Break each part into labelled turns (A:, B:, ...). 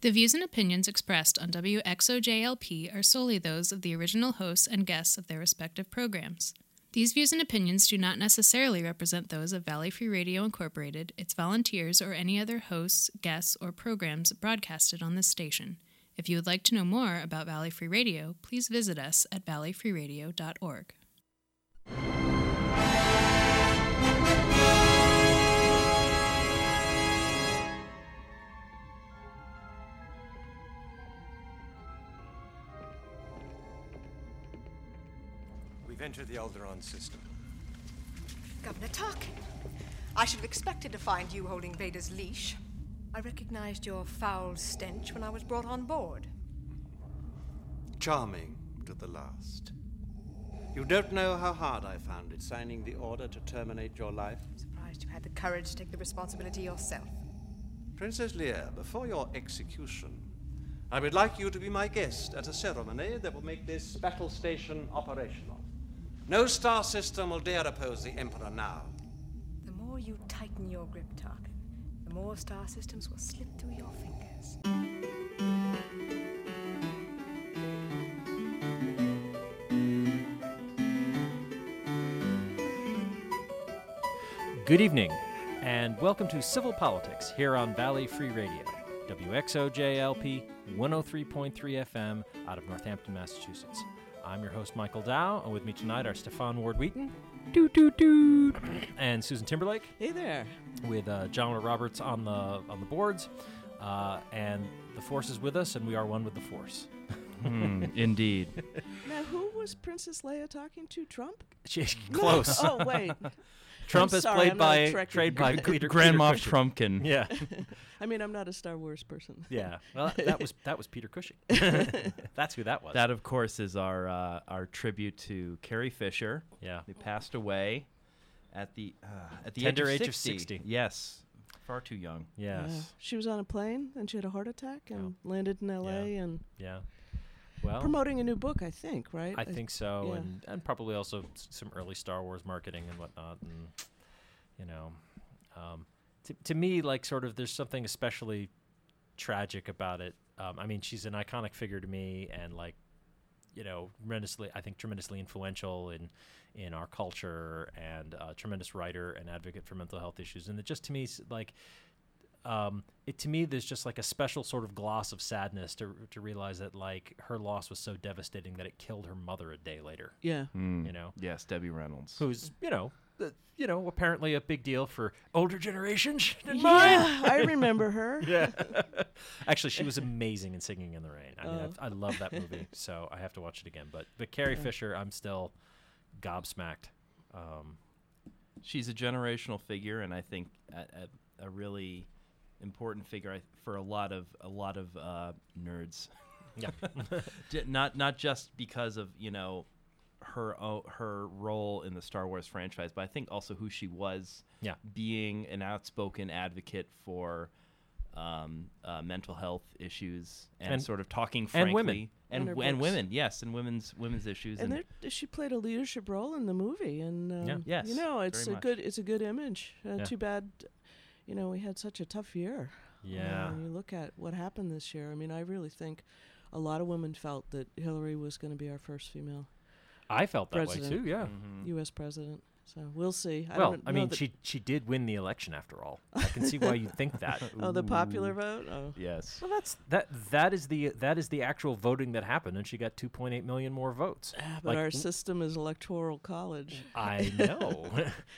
A: The views and opinions expressed on WXOJLP are solely those of the original hosts and guests of their respective programs. These views and opinions do not necessarily represent those of Valley Free Radio Incorporated, its volunteers, or any other hosts, guests, or programs broadcasted on this station. If you would like to know more about Valley Free Radio, please visit us at valleyfreeradio.org.
B: We've entered the Alderon system.
C: Governor Tarkin, I should have expected to find you holding Vader's leash. I recognized your foul stench when I was brought on board.
D: Charming to the last. You don't know how hard I found it signing the order to terminate your life.
C: Surprised you had the courage to take the responsibility yourself.
D: Princess Leia, before your execution, I would like you to be my guest at a ceremony that will make this battle station operational. No star system will dare oppose the Emperor now.
C: The more you tighten your grip, Tarkin, the more star systems will slip through your fingers.
E: Good evening, and welcome to Civil Politics here on Valley Free Radio, WXOJLP 103.3 FM out of Northampton, Massachusetts. I'm your host, Michael Dow, and with me tonight are Stefan Ward Wheaton. Doo doo doo. And Susan Timberlake.
F: Hey there.
E: With uh, John Roberts on the on the boards, uh, and the force is with us, and we are one with the force.
G: Hmm, indeed.
F: Now, who was Princess Leia talking to? Trump?
E: She's close.
F: oh, wait.
E: Trump
F: I'm
E: is
F: sorry,
E: played
F: I'm not a
E: by
F: Trek-
E: trade by
G: Gr-
E: Peter,
G: Grandma
E: Peter Cushing.
G: Trumpkin.
E: Yeah,
F: I mean, I'm not a Star Wars person.
E: yeah. Well, that was that was Peter Cushing. That's who that was.
G: That, of course, is our uh, our tribute to Carrie Fisher.
E: Yeah.
G: who passed away at the uh, at the
E: Tender
G: age,
E: age
G: of,
E: of 60.
G: Yes, far too young.
F: Yeah.
E: yes.
F: She was on a plane and she had a heart attack and landed in L.A. and
E: Yeah. Well,
F: promoting a new book, I think, right?
E: I think so,
F: yeah.
E: and and probably also s- some early Star Wars marketing and whatnot, and you know, um, to to me, like sort of, there's something especially tragic about it. Um, I mean, she's an iconic figure to me, and like, you know, tremendously, I think tremendously influential in in our culture, and a tremendous writer and advocate for mental health issues, and it just to me, s- like. Um, it to me, there's just like a special sort of gloss of sadness to to realize that like her loss was so devastating that it killed her mother a day later.
F: Yeah.
E: You know,
G: Yes, Debbie Reynolds.
E: who's you know, uh, you know, apparently a big deal for older generations than mine.
F: Yeah, I remember her.
E: Yeah. Actually, she was amazing in Singing in the Rain. I mean,
F: Uh.
E: I've- I love that movie, so I have to watch it again. But but Carrie Fisher, I'm still gobsmacked. Um,
G: She's a generational figure, and I think a, a, a really important figure I- for a lot of a lot of uh, nerds.
E: yeah,
G: J- not not just because of you know her o- her role in the Star Wars franchise, but I think also who she was.
E: Yeah.
G: being an outspoken advocate for um, uh, mental health issues and,
E: And-
G: sort of talking frankly
E: and women.
G: and,
F: And her
G: w- and
F: books.
G: women, yes, and women's women's issues
F: And
G: and,
F: there, she played a leadership role in the movie, and um,
E: Yeah.
G: Yes,
F: you know, it's
G: very
F: a
G: much.
F: good it's a good image. Uh,
E: Yeah.
F: Too bad, you know, we had such a tough year.
E: yeah,
F: When you look at what happened this year, I mean, I really think a lot of women felt that Hillary was going to be our first female
E: I felt that way
F: President.
E: too. Yeah.
F: U.S. president. So we'll see. I
E: Mm. well,
F: don't
E: I
F: know
E: mean,
F: that-
E: she she did win the election after all. I can see why you think that.
F: oh the popular
E: Ooh.
F: vote. Oh,
G: yes,
E: Well, that's that that is the that is the actual voting that happened, and she got 2.8 million more votes.
F: but
E: Like,
F: our system is electoral college.
E: I know.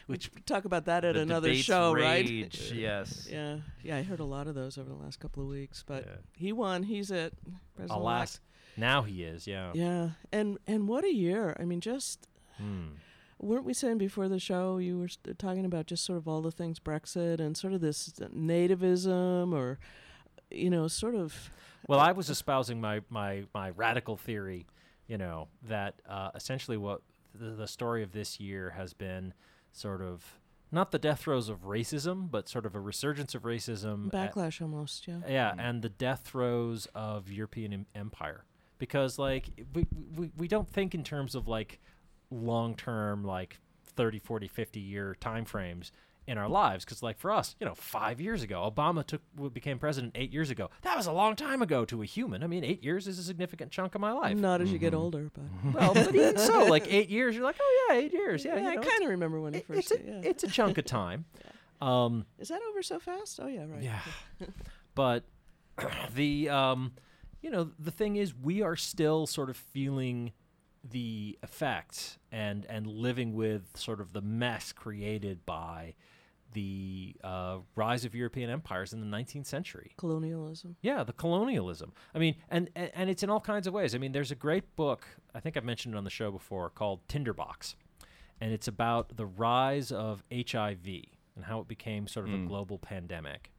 E: Which
F: Which talk about that at
G: The
F: another
G: debates
F: show,
G: rage,
F: right?
G: yes,
F: Yeah, yeah. I heard a lot of those over the last couple of weeks, but
E: Yeah.
F: he won. He's it. President-elect.
E: alas, now he is. Yeah.
F: Yeah, and and what a year! I mean, just
E: Hmm.
F: weren't we saying before the show you were st- talking about just sort of all the things Brexit and sort of this uh, nativism or you know sort of
E: Well, I was espousing my my my radical theory, you know, that uh, essentially what the, the story of this year has been sort of not the death throes of racism, but sort of a resurgence of racism. at-
F: backlash almost. Yeah,
E: yeah, and the death throes of European em- empire because like we, we we don't think in terms of like long term like 30 40 50 year time frames in our lives because like for us you know five years ago obama took w- became president eight years ago that was a long time ago to a human i mean eight years is a significant chunk of my life
F: Not as you get older, Mm-hmm. but
E: well but even so like eight years you're like oh yeah eight years yeah,
F: yeah,
E: you
F: I
E: know,
F: kind of remember when it
E: it's,
F: first.
E: it's, a,
F: yeah.
E: it's a chunk of time um
F: Is that over so fast? Oh yeah, right.
E: yeah. but the um you know, the thing is we are still sort of feeling the effect and and living with sort of the mess created by the uh, rise of European empires in the 19th century.
F: Colonialism.
E: Yeah, the colonialism. I mean, and, and and it's in all kinds of ways. I mean, there's a great book I think I've mentioned it on the show before called Tinderbox, and it's about the rise of HIV and how it became sort of a global pandemic.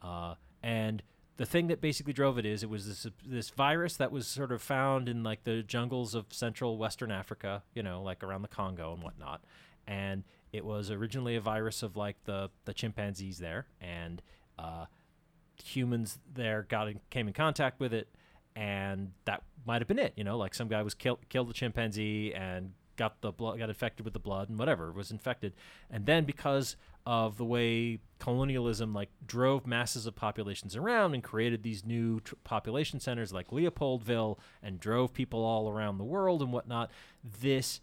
E: Uh, and the thing that basically drove it is it was this this virus that was sort of found in like the jungles of central western Africa, you know, like around the Congo and whatnot. And it was originally a virus of like the the chimpanzees there, and uh, humans there got in, came in contact with it, and that might have been it. You know, like some guy was killed killed the chimpanzee and got the blood got infected with the blood and whatever was infected, and then because of the way colonialism like drove masses of populations around and created these new tr- population centers like Leopoldville and drove people all around the world and whatnot, this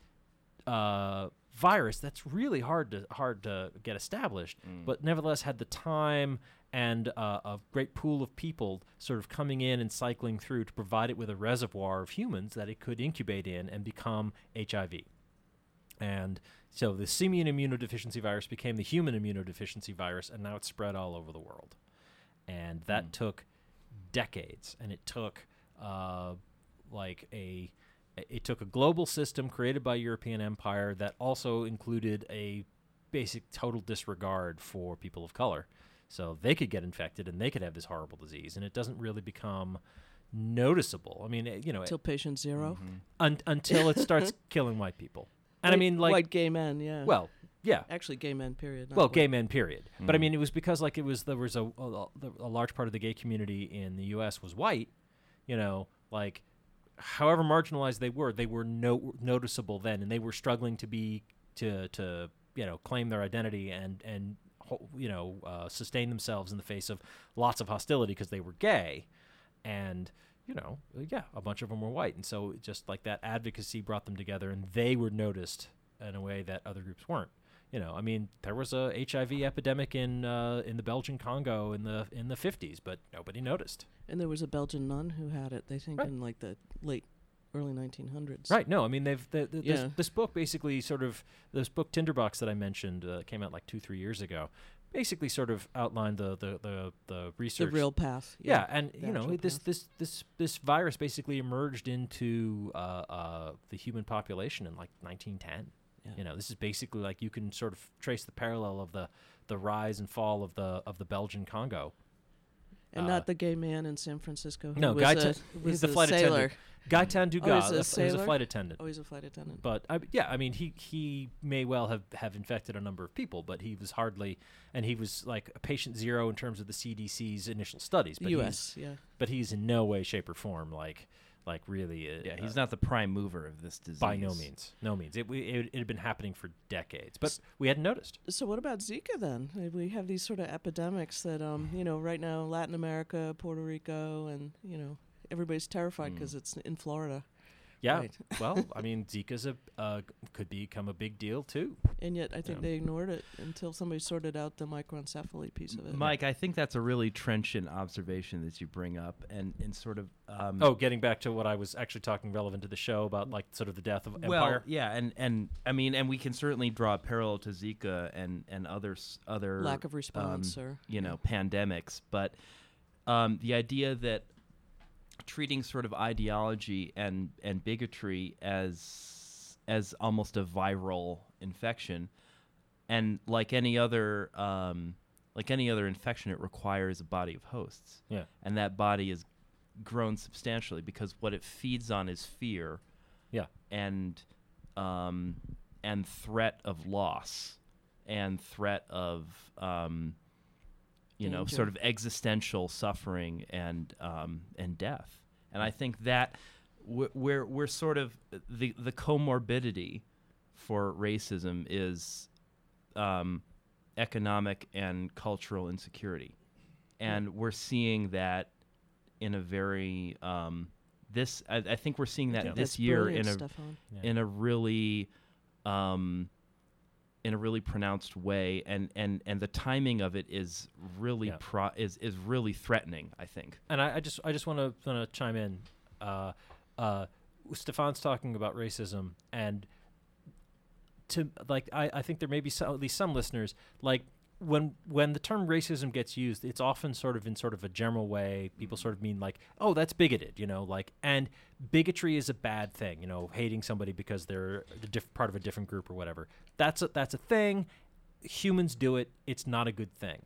E: uh, virus that's really hard to hard to get established, but nevertheless had the time and uh, a great pool of people sort of coming in and cycling through to provide it with a reservoir of humans that it could incubate in and become HIV. And so the simian immunodeficiency virus became the human immunodeficiency virus, and now it's spread all over the world. And that took decades, and it took uh, like a it took a global system created by European empire that also included a basic total disregard for people of color, so they could get infected and they could have this horrible disease, and it doesn't really become noticeable. I mean, it- you know, it-
F: Till patient 0
E: un- until it starts killing white people. And I
F: White-
E: mean, like,
F: white gay men. Yeah.
E: well, yeah.
F: actually, gay men. Period. not
E: Well,
F: white.
E: gay men, period. But I mean, it was because like it was there was a, a a large part of the gay community in the U.S. was white. You know, like however marginalized they were, they were no noticeable then, and they were struggling to be to to you know claim their identity and and ho- you know uh, sustain themselves in the face of lots of hostility because they were gay, and you know yeah, a bunch of them were white, and so it just like that advocacy brought them together, and they were noticed in a way that other groups weren't. You know, I mean, there was a HIV epidemic in uh, in the Belgian Congo in the in the 50s, but nobody noticed.
F: And there was a Belgian nun who had it. They think
E: Right.
F: in like the late, early 1900s.
E: Right. No, I mean they've the, the,
F: Yeah.
E: this, this book basically sort of this book Tinderbox that I mentioned uh, came out like two three years ago, basically sort of outlined the the the, the
F: The
E: research.
F: real path.
E: yeah, and
F: the
E: you know
F: actual
E: this
F: path.
E: this this this virus basically emerged into uh, uh, the human population in like 1910. You know, this is basically like you can sort of trace the parallel of the the rise and fall of the of the Belgian Congo.
F: and not the gay man in San Francisco. Who
E: Uh, No,
F: was
E: Guy
F: a,
E: Ta-
F: who
E: he's
F: was
E: the
F: a
E: flight
F: sailor.
E: attendant. Gaitan
F: Oh, he's
E: Dugas,
F: a
E: a f- he was a
F: sailor?
E: flight attendant.
F: Oh, he's a flight attendant.
E: But I, yeah, I mean, he he may well have have infected a number of people, but he was hardly, and he was like a patient zero in terms of the CDC's initial studies. But
F: U.S.
E: he's,
F: Yeah.
E: but he's in no way, shape, or form like like really. uh
G: Yeah, he's
E: uh,
G: not the prime mover of this disease.
E: by no means, no means. It, we- it it had been happening for decades, but we hadn't noticed.
F: So what about Zika then? Uh, We have these sort of epidemics that, um, you know, right now Latin America, Puerto Rico, and you know everybody's terrified
G: Mm.
F: because it's in Florida,
E: Yeah.
F: Right.
E: well, I mean, Zika's a uh, could become a big deal too.
F: and yet I think they ignored it until somebody sorted out the microencephaly piece of it.
G: Mike, I think that's a really trenchant observation that you bring up, and and sort of. Um,
E: Oh, getting back to what I was actually talking relevant to the show about, like sort of the death of
G: Well,
E: empire.
G: yeah, and, and I mean, and we can certainly draw a parallel to Zika and and others other
F: Lack of response,
G: um,
F: or-
G: you know pandemics, but um, the idea that treating sort of ideology and and bigotry as as almost a viral infection, and like any other um, like any other infection, it requires a body of hosts
E: Yeah.
G: and that body has grown substantially because what it feeds on is fear
E: Yeah.
G: and um, and threat of loss and threat of um, you know
F: Danger.
G: sort of existential suffering and um, and death and I think that we're we're, we're sort of the the comorbidity for racism is um, economic and cultural insecurity.
F: Hmm.
G: And we're seeing that in a very um, this I, I think we're seeing that
E: Yeah.
G: this
F: That's
G: year in
F: brilliant,
G: a
F: Stefan.
E: Yeah.
G: in a really um, in a really pronounced way and and and the timing of it is really
E: Yeah.
G: pro- is is really threatening, I think.
E: and I, I just I just want to want to chime in. Uh, uh, Stefan's talking about racism, and to like I, I think there may be some, at least some listeners like when when the term racism gets used, it's often sort of in sort of a general way. People sort of mean like, oh, that's bigoted, you know, like and bigotry is a bad thing, you know, hating somebody because they're a diff- part of a different group or whatever. That's a, that's a thing. Humans do it. It's not a good thing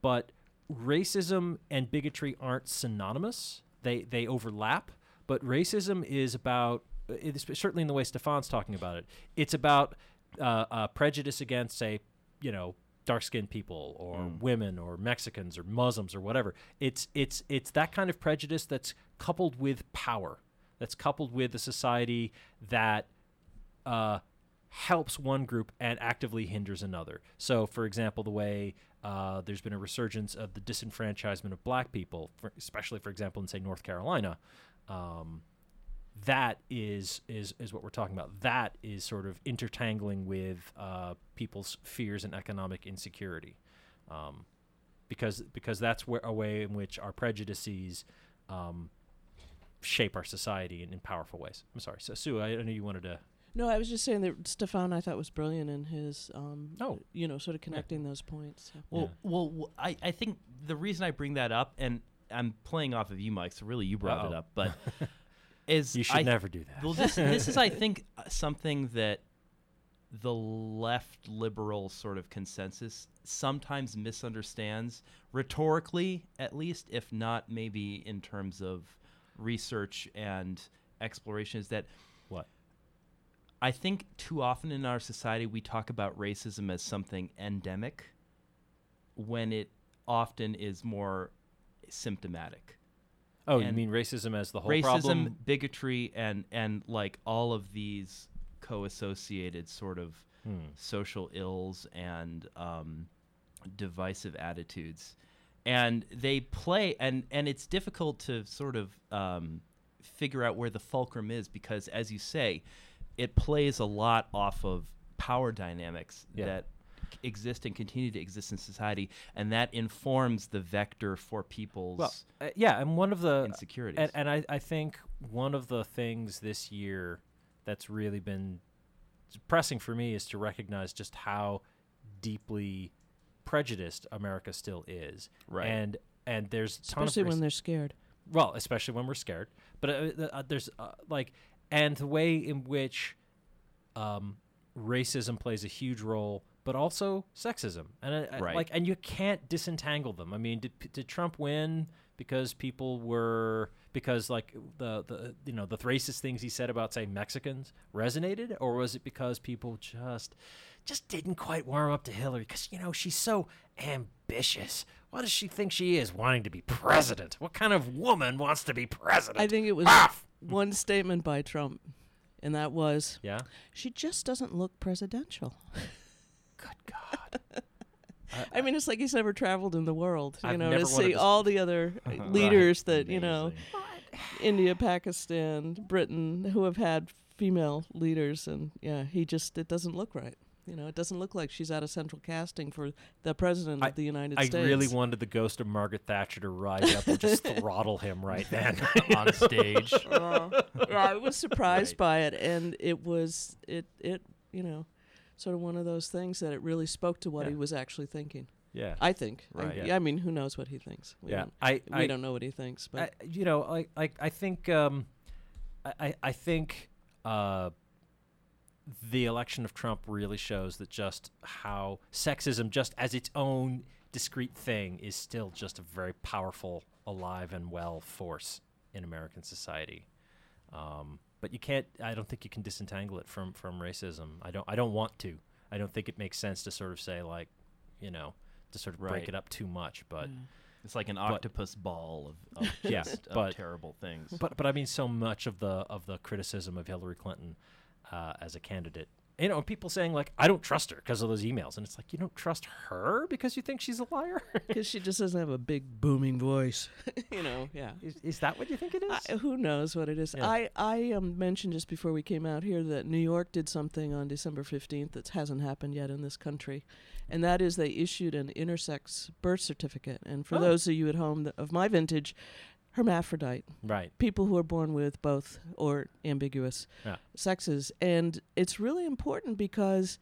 E: but racism and bigotry aren't synonymous. They they overlap, but racism is about it is certainly in the way Stefan's talking about it. It's about uh, uh, prejudice against say you know dark-skinned people or women or Mexicans or Muslims or whatever. It's it's it's that kind of prejudice that's coupled with power. That's coupled with a society that uh, helps one group and actively hinders another. So, for example, the way uh, there's been a resurgence of the disenfranchisement of black people, for, especially, for example, in say North Carolina, um, that is is is what we're talking about. That is sort of intertangling with uh, people's fears and economic insecurity, um, because because that's where a way in which our prejudices. Um, shape our society in, in powerful ways. I'm sorry. So Sue, I, I know you wanted to
F: No, I was just saying that Stefan I thought was brilliant in his um
E: Oh.
F: you know, sort of connecting those points. so.
G: Well, well, w- I, I think the reason I bring that up, and I'm playing off of you, Mike. So really, you brought it
E: Uh-oh.
G: up, but is
E: You should
G: I-
E: never do that.
G: Well, this this is, I think, uh, something that the left liberal sort of consensus sometimes misunderstands rhetorically, at least, if not maybe in terms of research and exploration, is that
E: What?
G: I think too often in our society we talk about racism as something endemic when it often is more symptomatic.
E: Oh, you
G: and
E: mean racism as the whole
G: Racism,
E: problem?
G: bigotry and and like all of these co-associated sort of
E: Hmm.
G: social ills and um, divisive attitudes. And they play and and it's difficult to sort of um, figure out where the fulcrum is because as you say, it plays a lot off of power dynamics
E: Yeah.
G: that c- exist and continue to exist in society and that informs the vector for people's
E: Well, uh, yeah, and one of the
G: Insecurities.
E: and, and I, I think one of the things this year that's really been pressing for me is to recognize just how deeply prejudiced America still is.
G: Right.
E: And and there's a ton
F: Especially
E: of raci-
F: when they're scared.
E: well, especially when we're scared. But uh, the- uh, there's uh, like, and the way in which um, racism plays a huge role, but also sexism, and I, I-
G: Right.
E: like, and you can't disentangle them. I mean, did, P- did Trump win because people were because like the the you know the racist things he said about say Mexicans resonated, or was it because people just just didn't quite warm up to Hillary because you know she's so ambitious. What does she think she is, wanting to be president? What kind of woman wants to be president?
F: I think it was
G: Ah!
F: one statement by Trump and that was
E: yeah.
F: she just doesn't look presidential.
E: Good God.
F: I mean, it's like he's never traveled in the world, you
E: I've
F: know,
E: never
F: to
E: wanted
F: see
E: to- Uh-huh.
F: all the other uh, leaders that, you know, India, Pakistan, Britain, who have had female leaders. And yeah, he just, it doesn't look right. You know, it doesn't look like she's out of central casting for the president
E: I-
F: of the United
E: I
F: States.
E: really wanted the ghost of Margaret Thatcher to rise up and just throttle him right then.
G: on stage.
F: Yeah, I was surprised by it, and it was, it, it, you know, sort of one of those things that it really spoke to what
E: Yeah.
F: he was actually thinking.
E: yeah.
F: I think.
G: Right.
F: I,
E: Yeah.
F: I mean, who knows what he thinks? We
E: yeah.
F: Don't,
E: I,
F: we
E: I,
F: don't know what he thinks, but
E: I, you know, like like I think um, I- I I think uh, the election of Trump really shows that just how sexism, just as its own discrete thing, is still just a very powerful, alive and well force in American society. Um, but you can't. I don't think you can disentangle it from from racism. I don't. I don't want to. I don't think it makes sense to sort of say like, you know, to sort of break
G: Right.
E: it up too much. But
G: It's like an octopus ball of, of
E: Yeah,
G: just of
E: but-
G: terrible things.
E: But but I mean, so much of the of the criticism of Hillary Clinton uh, as a candidate you know, people saying like, I don't trust her because of those emails, and it's like you don't trust her because you think she's a liar.
F: Because she just doesn't have a big booming voice. you know, yeah.
E: is, is that what you think it is?
F: I, who knows what it is?
E: Yeah.
F: I I um, mentioned just before we came out here that New York did something on December fifteenth that hasn't happened yet in this country, and that is they issued an intersex birth certificate. And for
E: Oh.
F: those of you at home that, of my vintage, hermaphrodite,
E: right.
F: people who are born with both or ambiguous
E: Yeah.
F: sexes, and it's really important because.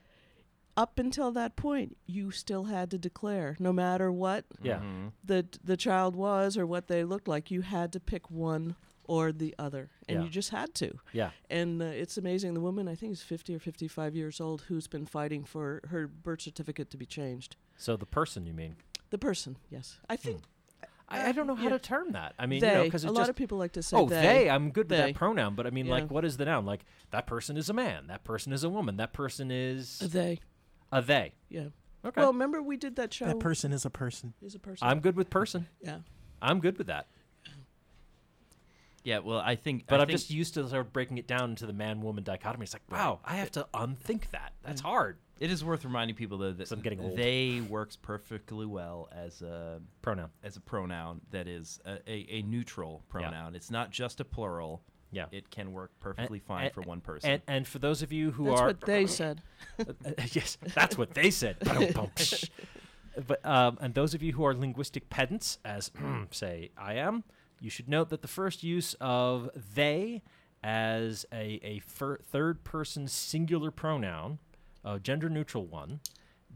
F: Up until that point, you still had to declare, no matter what
E: Yeah.
F: the the child was or what they looked like you had to pick one or the other and
E: Yeah.
F: you just had to
E: Yeah.
F: and uh, it's amazing the woman i think is 50 or 55 years old who's been fighting for her birth certificate to be changed
E: So the person you mean?
F: the person yes i think
E: Hmm. I, I don't know how
F: yeah.
E: to term that. I mean,
F: they
E: you know, because
F: a
E: it
F: lot
E: just
F: of people like to say
E: Oh,
F: they,
E: they. I'm good with
F: They.
E: that pronoun, but I mean,
F: Yeah.
E: like, what is the noun? Like, that person is a man. That person is a woman. That person is
F: they
E: a they.
F: yeah
E: Okay.
F: well remember we did that show
H: That person is a person.
F: is a person
E: I'm good with person.
F: yeah
E: I'm good with that.
G: Yeah, well, I think,
E: But
G: I
E: I'm
G: think-
E: just used to sort of breaking it down into the man woman dichotomy. It's like, wow, I have to unthink that. That's hard.
G: It is worth reminding people though that
E: 'Cause I'm getting old.
G: they works perfectly well as a
E: Pronoun.
G: as a pronoun that is a, a, a neutral pronoun. It's not just a plural.
E: Yeah.
G: it can work perfectly
E: And-
G: fine
E: and-
G: for one person.
E: And and for those of you who
F: that's
E: are
F: what they said
E: Uh, yes, that's what they said. Ba-dum-bum-psh. but um, and those of you who are linguistic pedants, as say I am, you should note that the first use of they as a a fir- third person singular pronoun, a gender neutral one,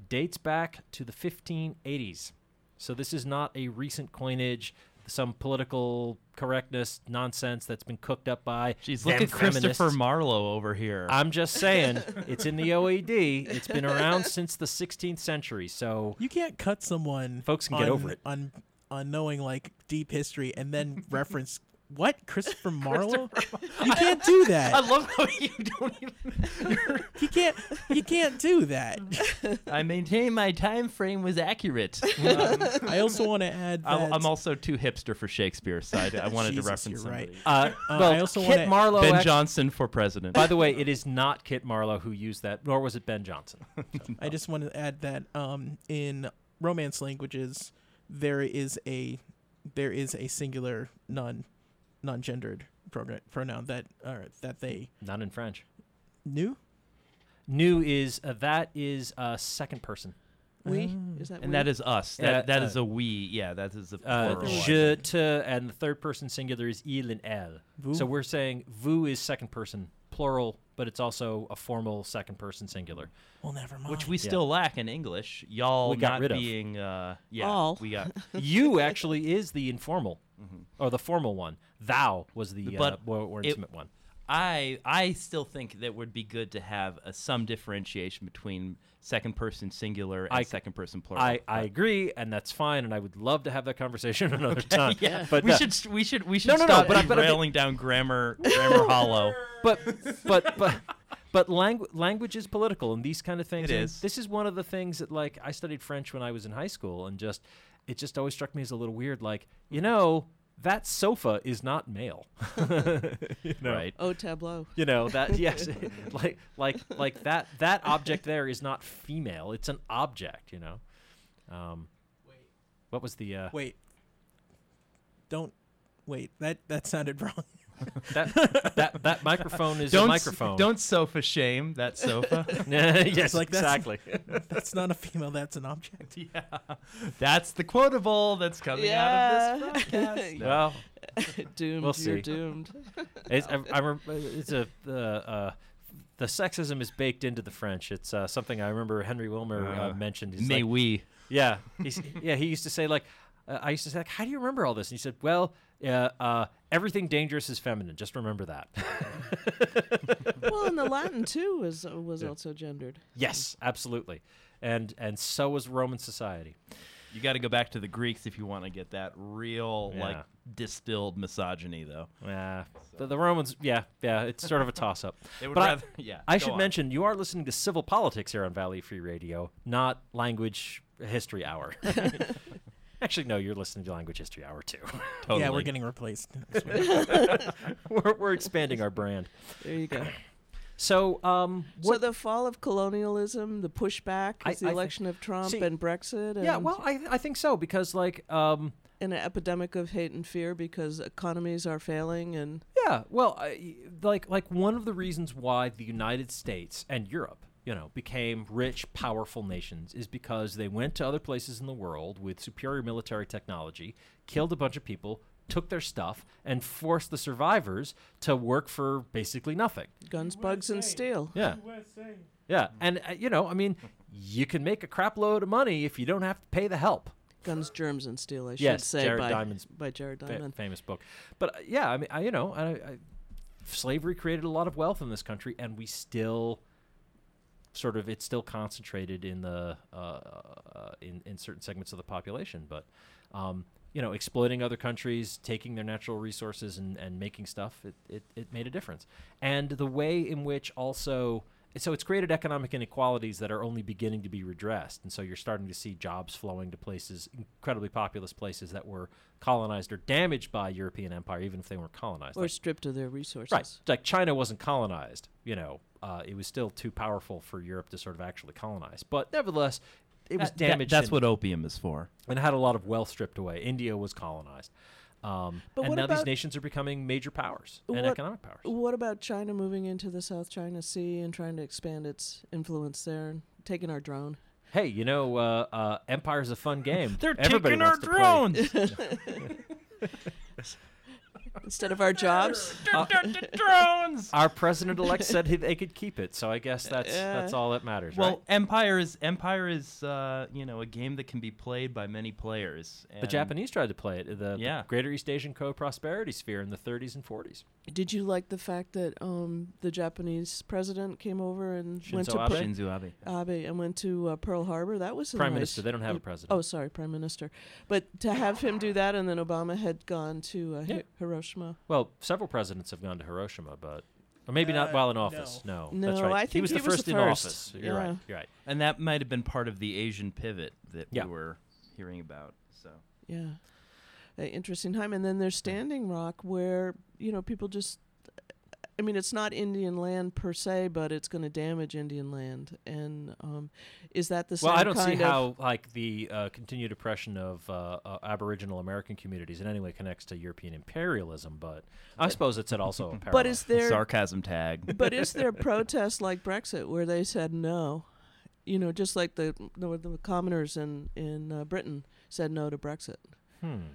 E: dates back to the 1580s. So this is not a recent coinage. Some political correctness nonsense that's been cooked up by
G: Jeez,
E: them
G: look at Christopher
E: feminists.
G: Marlowe over here.
E: I'm just saying, it's in the OED. It's been around since the 16th century. So,
H: You can't cut someone.
E: Folks can get
H: on-
E: over it.
H: on on knowing like deep history and then reference what Christopher Marlowe. you can't do that.
G: I love how you don't even.
H: you can't. You can't do that.
G: I maintain my time frame was accurate.
H: I also want to add. That,
G: I'm, I'm also too hipster for Shakespeare, so I, I wanted
H: Jesus,
G: to reference
H: you're right.
G: somebody.
E: uh,
H: Uh,
E: well,
H: I also
E: Kit
H: wanna-
E: Marlowe.
G: Ben
E: act-
G: Johnson for president.
E: by the way, it is not Kit Marlowe who used that, nor was it Ben Johnson.
H: I just want to add that um, in Romance languages, there is a there is a singular non non gendered pronoun that or that they
E: Not in French.
H: knew.
E: New is uh, that is uh, second person.
F: we
H: Oh.
F: is that
G: and
F: we?
G: that is us.
E: Yeah,
G: That, that
E: uh,
G: is a we. Yeah, that is a
E: Uh,
G: plural. I
E: je,
G: think.
E: te, and the third person singular is il and elle. So
H: Vous.
E: we're saying vous is second person, plural, but it's also a formal second person singular.
H: Well, never mind.
G: which we still lack in English. Y'all
E: We got
G: not
E: rid of.
G: being uh, yeah,
F: All.
G: we got
E: you actually is the informal or the formal one. Thou was the uh,
G: But
E: more, more
G: it-
E: intimate one.
G: I I still think that would be good to have uh some differentiation between second person singular and
E: I-
G: second person plural.
E: I, I agree, and that's fine, and I would love to have that conversation another time.
G: yeah,
E: but
G: we
E: uh,
G: should st- we should we should
E: No, no, no,
G: stop
E: but I- but I mean-
G: railing down grammar grammar hollow.
E: but but but but langu- language is political and these kind of things
G: It
E: and
G: is.
E: this is one of the things that like i studied french when i was in high school and just it just always struck me as a little weird like you know that sofa is not male you know?
G: Right.
F: oh tableau
E: you know that yes like like like that that object there is not female it's an object you know um what was the uh
H: wait. Don't wait. That that sounded wrong.
E: that that that microphone is
G: Don't
E: a
G: s-
E: microphone
G: don't sofa shame that sofa.
E: yes
H: like, that's-
E: exactly
H: that's not a female. That's an object.
G: yeah, that's the quotable that's coming out of this
F: Yeah.
G: podcast. No.
E: well
F: doomed
E: We'll
F: you're
E: see.
F: doomed
E: It's, I, I rem- it's a the uh, the sexism is baked into the French. It's uh, something I remember Henry Wilmer uh,
G: Uh,
E: mentioned. He's
G: May
E: like-
G: we?
E: yeah, he's, yeah. He used to say like, uh, I used to say like, how do you remember all this? And he said, well, uh, uh, everything dangerous is feminine. Just remember that.
F: well, and the Latin too was uh, was also gendered.
E: yes, absolutely. And and so was Roman society.
G: You got to go back to the Greeks if you want to get that real like
E: Yeah.
G: distilled misogyny though.
E: Yeah, the, the Romans. Yeah, yeah. It's sort of a toss up.
G: They would
E: But I-
G: rather. yeah.
E: I
G: go
E: should
G: on.
E: mention you are listening to Civil Politics here on Valley Free Radio, not Language History Hour. Actually, no, you're listening to Language History Hour too.
G: Totally.
H: Yeah, we're getting replaced. next week.
E: we're, we're expanding our brand.
F: There you go.
E: So, um,
F: So
E: what?
F: the fall of colonialism, the pushback,
E: I-
F: is the
E: I thi-
F: election of Trump
E: See-
F: and Brexit, and
E: yeah, well, I, I think so because like um,
F: and an epidemic of hate and fear because economies are failing, and
E: Yeah, well, I, like like one of the reasons why the United States and Europe, you know, became rich, powerful nations is because they went to other places in the world with superior military technology, killed a bunch of people, took their stuff, and forced the survivors to work for basically nothing.
F: guns, bugs, and steel.
E: Yeah. Yeah, and uh, you know, I mean, you can make a crap load of money if you don't have to pay the help.
F: Guns, germs, and steel. I should
E: Yes,
F: say
E: Jared
F: by
E: Diamond's
F: by Jared
E: fa-
F: Diamond.
E: famous book. But uh, yeah, I mean, I, you know, I, I, slavery created a lot of wealth in this country, and we still sort of it's still concentrated in the uh, uh, in in certain segments of the population. But um, you know, exploiting other countries, taking their natural resources, and, and making stuff, it, it it made a difference. And the way in which also. So it's created economic inequalities that are only beginning to be redressed, and so you're starting to see jobs flowing to places, incredibly populous places that were colonized or damaged by European empire, even if they weren't colonized.
F: or
E: Like
F: stripped of their resources.
E: Right. Like China wasn't colonized, you know. Uh, it was still too powerful for Europe to sort of actually colonize. But nevertheless, it was
G: That- that-
E: damaged.
G: that's
E: and,
G: what opium is for.
E: and had a lot of wealth stripped away. India was colonized. Um,
F: But
E: and
F: what
E: now these
F: about-
E: nations are becoming major powers and
F: What-
E: economic powers.
F: What about China moving into the South China Sea and trying to expand its influence there and taking our drone?
E: Hey, you know, uh, uh, empire's a fun game.
G: They're
E: Everybody
G: taking our
E: wants to play.
G: drones.
F: Instead of our jobs?
G: drones.
E: Our president-elect said he, they could keep it, so I guess that's that's all that matters.
G: Well,
E: right?
G: Empire is Empire is uh, you know a game that can be played by many players.
E: the
G: and-
E: Japanese tried to play it. The,
G: Yeah.
E: the Greater East Asian Co-Prosperity Sphere in the 30s and 40s.
F: Did you like the fact that um, the Japanese president came over and went
E: Shinzo
F: to
E: Abe?
G: Shinzo Abe.
F: Pe- Abe and went to uh, Pearl Harbor? That was a
E: Prime
F: nice-
E: Minister. They don't have a president.
F: Oh, sorry, Prime Minister. But to have him do that, and then Obama had gone to uh, Hi-
E: Yeah.
F: Hiroshima.
E: Well, several presidents have gone to Hiroshima, but or maybe not
H: Uh,
E: while in office. No,
F: No,
E: that's right.
F: I
E: he
F: think
E: was
F: he
E: the
F: was
E: first
F: the
E: in
F: first.
E: office. You're
F: Yeah.
E: right. You're right.
G: And that might have been part of the Asian pivot that
E: Yeah.
G: we were hearing about. So
F: Yeah. An interesting time. And then there's Standing Rock, where, you know, people just. I mean, it's not Indian land per se, but it's going to damage Indian land. And um, is that the same
E: Well, I don't see
F: kind of-
E: how like the uh, continued oppression of uh, uh, Aboriginal American communities in any way connects to European imperialism, but I suppose it's at also a parallel.
F: But is there
G: sarcasm tag.
F: but is there protest like Brexit where they said no? You know, just like the the, the commoners in in uh, Britain said no to Brexit.
E: Hmm.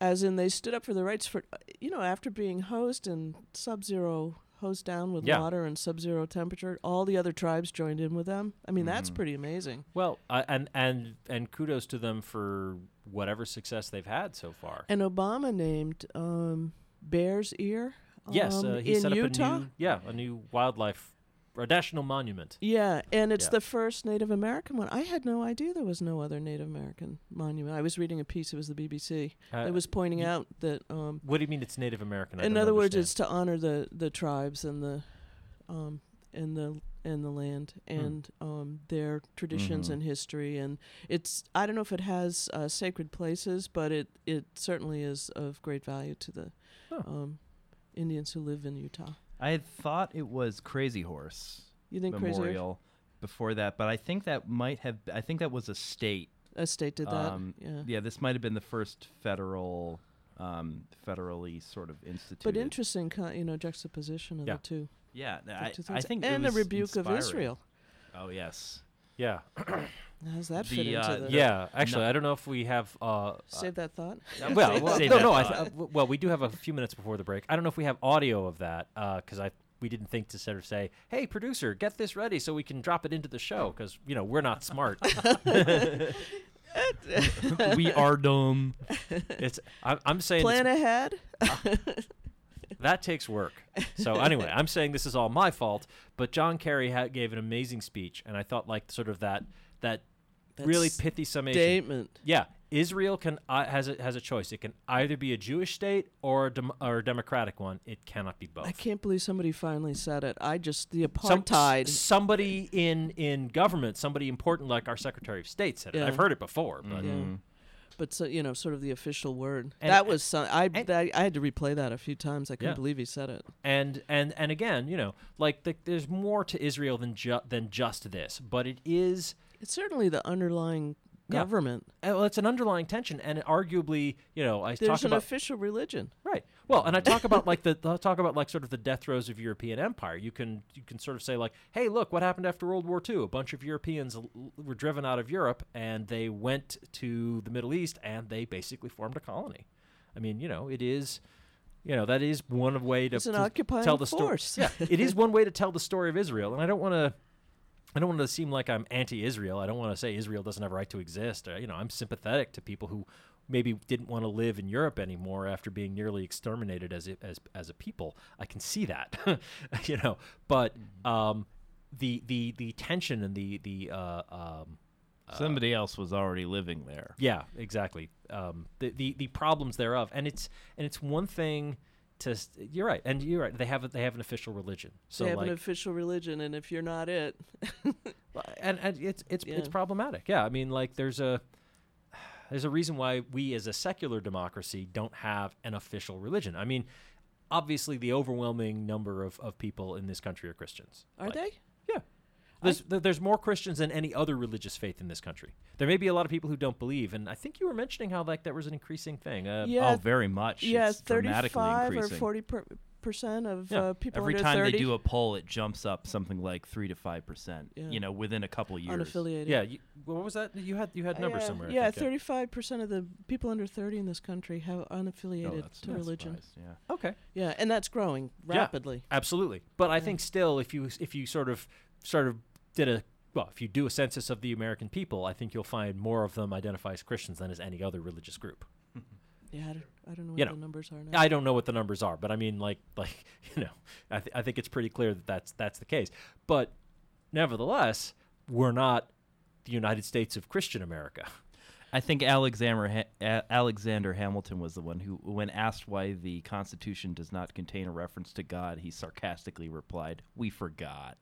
F: As in, they stood up for the rights for you know after being hosed and sub-zero hosed down with
E: Yeah.
F: water and sub-zero temperature, all the other tribes joined in with them. I mean, that's
E: Mm-hmm.
F: pretty amazing.
E: well, I and and and kudos to them for whatever success they've had so far.
F: And Obama named um, Bear's Ear.
E: yes,
F: um,
E: uh, he
F: in
E: set up
F: Utah.
E: a new yeah a new wildlife or a national monument.
F: Yeah, and it's
E: Yeah.
F: the first Native American one. I had no idea there was no other Native American monument. I was reading a piece. It was the BBC.
E: Uh,
F: it was pointing
E: you-
F: out that, um,
E: What do you mean it's Native American? I
F: in
E: don't
F: other words,
E: understand.
F: it's to honor the the tribes and the, um, and the and the land
E: Hmm.
F: and um, their
E: Mm-hmm.
F: traditions and history. And it's I don't know if it has uh, sacred places, but it it certainly is of great value to the
E: Huh.
F: um, Indians who live in Utah.
G: I had thought it was Crazy Horse
F: You think Crazy Horse-
G: Memorial before that, but I think that might have. I think that was a state.
F: A state did that.
G: Um,
F: yeah.
G: this might have been the first federal, um, federally sort of instituted.
F: But interesting, co- you know, juxtaposition of
E: Yeah.
F: the two.
G: Yeah,
F: the
G: I,
F: two
G: I
F: things.
G: think it
F: and
G: was
F: a rebuke
G: inspiring.
F: of Israel.
G: Oh yes.
E: yeah.
F: How's that
G: The,
F: fit into
G: uh,
F: the?
E: Yeah, actually, I don't know if we have. Uh,
F: Save that thought.
E: uh, well,
G: Save-
E: well,
G: save
E: no,
G: that
E: no. I
G: thought.
E: th- uh, w- well, we do have a few minutes before the break. I don't know if we have audio of that because I we didn't think to sort of say, "Hey, producer, get this ready so we can drop it into the show," because you know we're not smart.
G: we are dumb.
E: it's I'm, I'm saying it's-
F: Plan ahead.
E: Uh, that takes work. So anyway, I'm saying this is all my fault, but John Kerry ha- gave an amazing speech, and I thought like sort of that that really
F: That's
E: pithy summation.
F: Statement.
E: Yeah, Israel can uh, has a, has a choice. It can either be a Jewish state or a dem- or a democratic one. It cannot be both.
F: I can't believe somebody finally said it. I just the
E: Some-
F: apartheid.
E: s- somebody in in government, somebody important like our Secretary of State said it.
F: Yeah.
G: Mm-hmm.
F: Mm-hmm.
E: I've heard it before, but
F: yeah. but so you know, sort of the official word.
E: And-
F: that was some, I,
E: and-
F: I I had to replay that a few times. I couldn't
E: Yeah.
F: believe he said it.
E: and and and again, you know, like the, there's more to Israel than ju- than just this, but it is
F: It's certainly the underlying
E: Yeah.
F: government.
E: uh, well, it's an underlying tension, and arguably, you know, I
F: There's
E: talk
F: an
E: about
F: official religion.
E: Right. Well, and I talk about like the I talk about like sort of the death throes of European empire. You can you can sort of say like, hey, look, what happened after World War II? A bunch of Europeans l- were driven out of Europe and they went to the Middle East and they basically formed a colony. I mean, you know, it is. You know that is one way to,
F: It's an
E: to
F: occupying
E: tell the
F: force.
E: story. Yeah, it is one way to tell the story of Israel, and I don't want to I don't want to seem like I'm anti-Israel. I don't want to say Israel doesn't have a right to exist. Or, you know, I'm sympathetic to people who maybe didn't want to live in Europe anymore after being nearly exterminated as a, as as a people. I can see that, you know. But
F: Mm-hmm.
E: um, the the the tension and the the uh, um,
G: Somebody else was already living there.
E: yeah, exactly. Um, the, the the problems thereof, and it's and it's one thing to s- you're right, and you're right. They have a- they have an official religion. So
F: they have
E: like,
F: an official religion, and if you're not it,
E: Well, and, and it's it's it's
F: Yeah.
E: problematic. Yeah, I mean, like there's a there's a reason why we as a secular democracy don't have an official religion. I mean, obviously, the overwhelming number of, of people in this country are Christians.
F: are
E: Like,
F: they?
E: Yeah. There's, there- there's more Christians than any other religious faith in this country. There may be a lot of people who don't believe, and I think you were mentioning how like that was an increasing thing. Uh,
F: Yeah,
G: oh, very much.
F: yeah,
G: it's dramatically
F: thirty-five or
G: increasing.
F: forty per- percent of
E: Yeah.
F: uh, people
G: Every
F: under
G: time
F: thirty
G: they do a poll, it jumps up something like three to five percent.
F: Yeah.
G: You know, within a couple years.
F: unaffiliated.
E: yeah. You, what was that? You had you had
F: Uh,
E: numbers
F: yeah,
E: somewhere. I
F: Yeah,
E: think,
F: thirty-five percent of the people under thirty in this country have
G: No,
E: Oh,
F: unaffiliated
G: Oh, that's
F: to
G: not
F: religion.
G: surprised, Yeah.
E: Okay.
F: Yeah, and that's growing
E: Yeah,
F: rapidly.
E: absolutely. But I think still, if you if you sort of sort of did a well, if you do a census of the American people, I think you'll find more of them identify as Christians than as any other religious group.
F: Yeah, I, don't, I don't know what
E: You know,
F: the numbers are now.
E: I don't know what the numbers are, but I mean, like, like you know, I, th- I think it's pretty clear that that's that's the case. But nevertheless, we're not the United States of Christian America.
G: I think Alexander ha- A- Alexander Hamilton was the one who, when asked why the Constitution does not contain a reference to God, he sarcastically replied, "We forgot."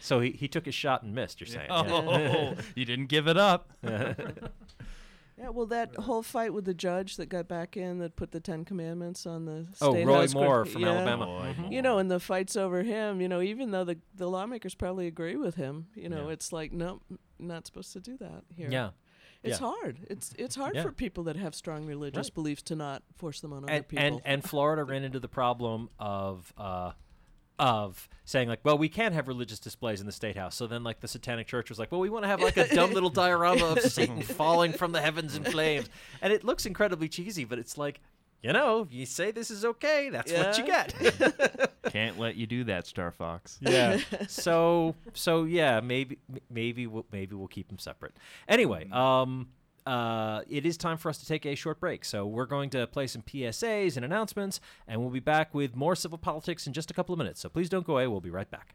E: So he, he took his shot and missed. You're saying, yeah.
G: Oh, you didn't give it up.
F: yeah, well, that whole fight with the judge that got back in that put the Ten Commandments on the
E: Oh,
F: state
E: Roy
F: house court-
E: Moore from
F: yeah.
E: Alabama.
G: Boy,
F: You know, and the fights over him. You know, even though the the lawmakers probably agree with him, you know,
E: Yeah.
F: it's like no, not supposed to do that here.
E: Yeah.
F: it's
E: yeah.
F: hard. It's it's hard
E: Yeah.
F: for people that have strong religious
E: Right.
F: beliefs to not force them on other
E: and,
F: people.
E: and and Florida ran into the problem of uh, of saying like, well, we can't have religious displays in the state house. So then like the Satanic Church was like, well, we want to have like a dumb little diorama of Satan falling from the heavens in flames, and it looks incredibly cheesy, but it's like. You know, you say this is okay. That's what you
F: Yeah.
E: get.
G: Can't let you do that, Star Fox.
E: yeah. So, so yeah, maybe, m- maybe, we'll, maybe we'll keep them separate. Anyway, um, uh, it is time for us to take a short break. So we're going to play some PSAs and announcements, and we'll be back with more civil politics in just a couple of minutes. So please don't go away. We'll be right back.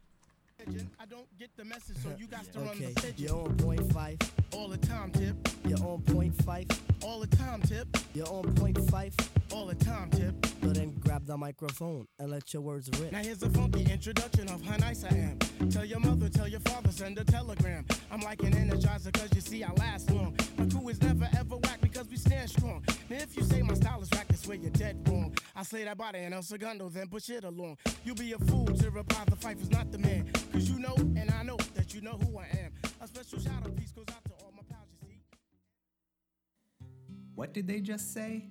I: I don't get the message, so you got to run
J: Okay,
I: the pitch
J: you're on point five.
I: all the time, tip.
J: You're on point five.
I: All the time, tip.
J: You're on point five.
I: All the time, tip.
J: So then grab the microphone and let your words rip.
I: Now here's a funky introduction of how nice I am. Tell your mother, tell your father, send a telegram. I'm like an energizer, cause you see I last long. My crew is never ever whack because we stand strong. Now if you say my style is whack, that's where you're dead wrong. I slay that body and El Segundo, then push it along. You be a fool to reply the fight is not the man. Cause you know, and I know that you know who I am. A special shout out piece goes out to all my pals, you see.
K: What did they just say?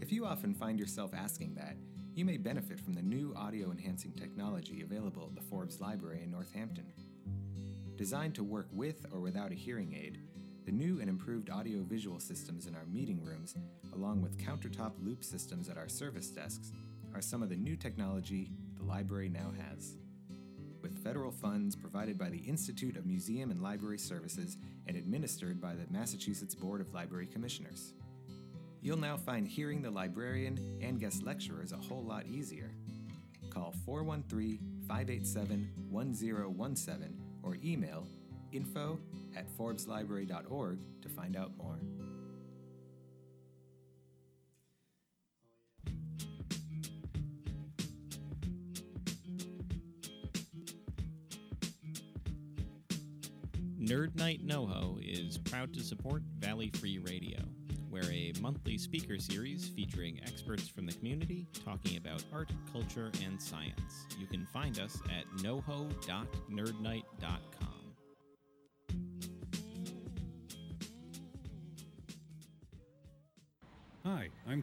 K: If you often find yourself asking that, you may benefit from the new audio enhancing technology available at the Forbes Library in Northampton. Designed to work with or without a hearing aid, the new and improved audio visual systems in our meeting rooms, along with countertop loop systems at our service desks, are some of the new technology the library now has with federal funds provided by the Institute of Museum and Library Services and administered by the Massachusetts Board of Library Commissioners. You'll now find hearing the librarian and guest lecturers a whole lot easier. Call 413 587 1017 or email info at forbeslibrary.org to find out more.
L: Nerd Night NoHo is proud to support Valley Free Radio, where a monthly speaker series featuring experts from the community talking about art, culture, and science. You can find us at noho.nerdnight.com.
M: Hi, I'm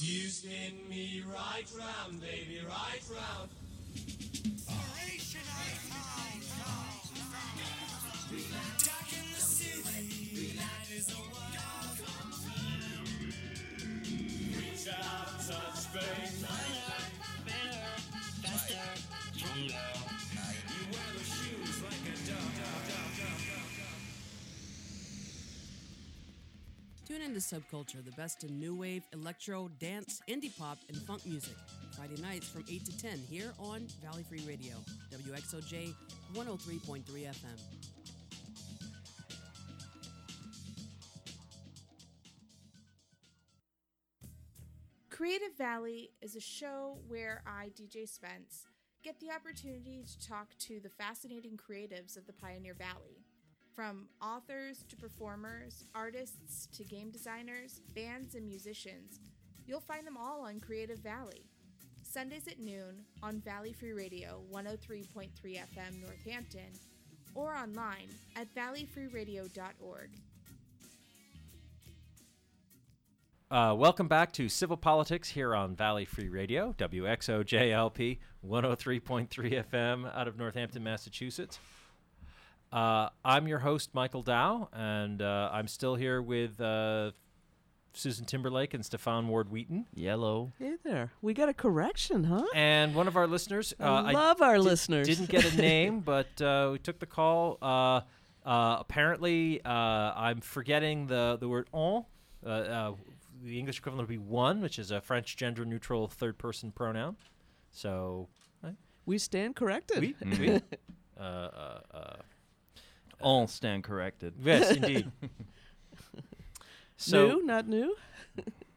N: You spin me right round, baby, right round. Dark in the city, light is a wonder. Reach out, touch base. Higher, better, faster, stronger. You wear the shoes like a dove, dove, dove, dove, dove.
O: Tune into Subculture, the best in new wave, electro, dance, indie pop, and funk music. Friday nights from 8 to 10 here on Valley Free Radio, WXOJ 103.3 FM.
P: Creative Valley is a show where I, DJ Spence, get the opportunity to talk to the fascinating creatives of the Pioneer Valley. From authors to performers, artists to game designers, bands and musicians, you'll find them all on Creative Valley. Sundays at noon on Valley Free Radio 103.3 FM Northampton or online at valleyfreeradio.org.
E: Uh, welcome back to Civil Politics here on Valley Free Radio, WXOJLP 103.3 FM out of Northampton, Massachusetts. Uh, I'm your host, Michael Dow, and uh, I'm still here with uh, Susan Timberlake and Stefan Ward Wheaton.
G: Yellow.
F: Hey there. We got a correction, huh?
E: And one of our listeners. Uh,
F: I love our
E: did-
F: listeners.
E: Didn't get a name, but uh, we took the call. Uh, uh, apparently, uh, I'm forgetting the, the word on. Uh, uh, the English equivalent would be one, which is a French gender neutral third person pronoun. So.
F: We stand corrected.
E: Oui,
G: Mm-hmm.
E: oui. uh, uh, uh,
G: All stand corrected.
E: yes, indeed.
F: new, not new.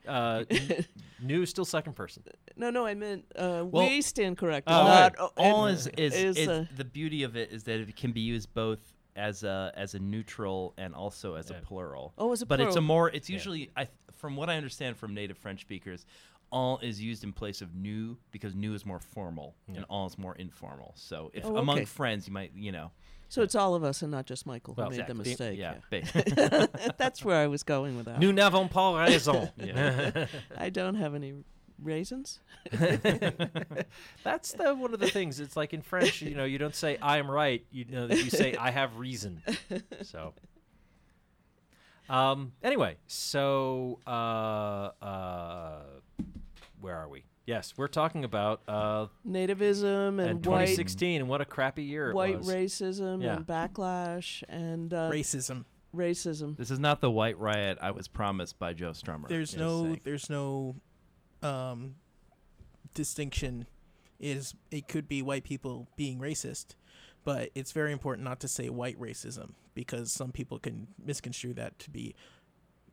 E: uh, n- new is still second person.
F: No, no, I meant uh, we stand corrected.
G: All,
F: not, uh,
G: all
F: it
G: is, is,
F: is,
G: is-
F: uh,
G: the beauty of it is that it can be used both as a as a neutral and also as a plural.
F: Oh, as a
G: but it's a
F: plural.
G: more it's
F: Yeah.
G: usually I th- from what I understand from native French speakers, all is used in place of new because new is more formal
F: Yeah.
G: and all is more informal. So if
F: Oh,
G: among
F: okay.
G: friends you might you know
F: So it's all of us and not just Michael
G: Well,
F: who made the
G: exactly.
F: mistake.
G: Yeah,
F: That's where I was going with that.
E: Nous n'avons pas raison. Yeah.
F: I don't have any raisins.
E: That's the one of the things. It's like in French, you know, you don't say "I am right." You know, that you say "I have reason." So, um, anyway, so uh, uh, where are we? Yes, we're talking about uh,
F: Nativism and,
E: and
F: white
E: 2016 and what a crappy year it
F: white
E: was.
F: racism
E: Yeah.
F: and backlash and uh,
H: Racism.
F: Racism.
G: This is not the white riot I was promised by Joe Strummer.
H: There's
G: Yes.
H: no there's no um, distinction. It Is it could be white people being racist, but it's very important not to say white racism because some people can misconstrue that to be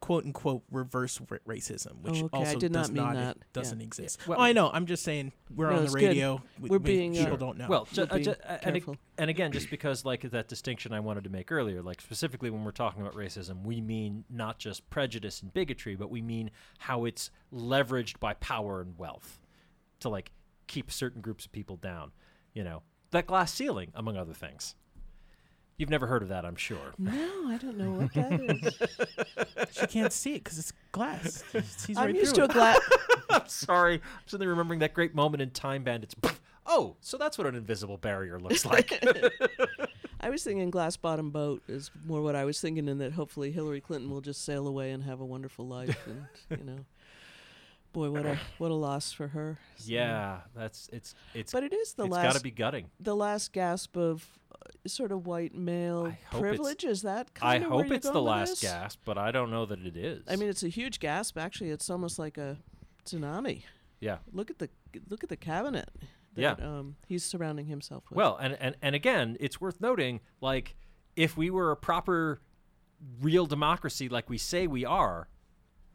H: quote unquote reverse ra- racism, which
F: Oh, okay. I
H: also
F: did not
H: does
F: mean
H: not e,
F: that.
H: doesn't
F: Yeah.
H: exist.
F: Well-
H: oh, I know. I'm just saying we're
F: No,
H: on the
F: it's good.
H: radio. we-
F: We're
H: we-
F: being, uh,
H: people don't know.
E: Well, ju-
F: We're
E: uh, ju-
F: being
E: uh, and, ag-
F: careful.
E: and again, just because like that distinction I wanted to make earlier, like specifically when we're talking about racism, we mean not just prejudice and bigotry, but we mean how it's leveraged by power and wealth to like keep certain groups of people down. You know, that glass ceiling, among other things. You've never heard of that, I'm sure.
F: No, I don't know what that is.
H: she can't see it because it's glass. She sees
F: I'm
H: right
F: used
H: through
F: to a
H: it.
F: glass.
E: I'm sorry. I'm suddenly remembering that great moment in Time Bandits. Oh, so that's what an invisible barrier looks like.
F: I was thinking glass bottom boat is more what I was thinking, and that hopefully Hillary Clinton will just sail away and have a wonderful life, and you know. Boy, what a what a loss for her. So-
E: Yeah, that's it's it's.
F: but it is the
E: it's
F: last.
E: got to be gutting.
F: The last gasp of uh, sort of white male
E: hope it's-
F: privilege. Is that
E: I
F: kind of
E: hope it's the last
F: gasp.
E: gasp, but I don't know that it is.
F: I mean, it's a huge gasp. Actually, it's almost like a tsunami.
E: Yeah.
F: Look at the look at the cabinet.
E: Yeah.
F: That, Um, he's surrounding himself with.
E: Well, and, and and again, it's worth noting, like, if we were a proper, real democracy, like we say we are,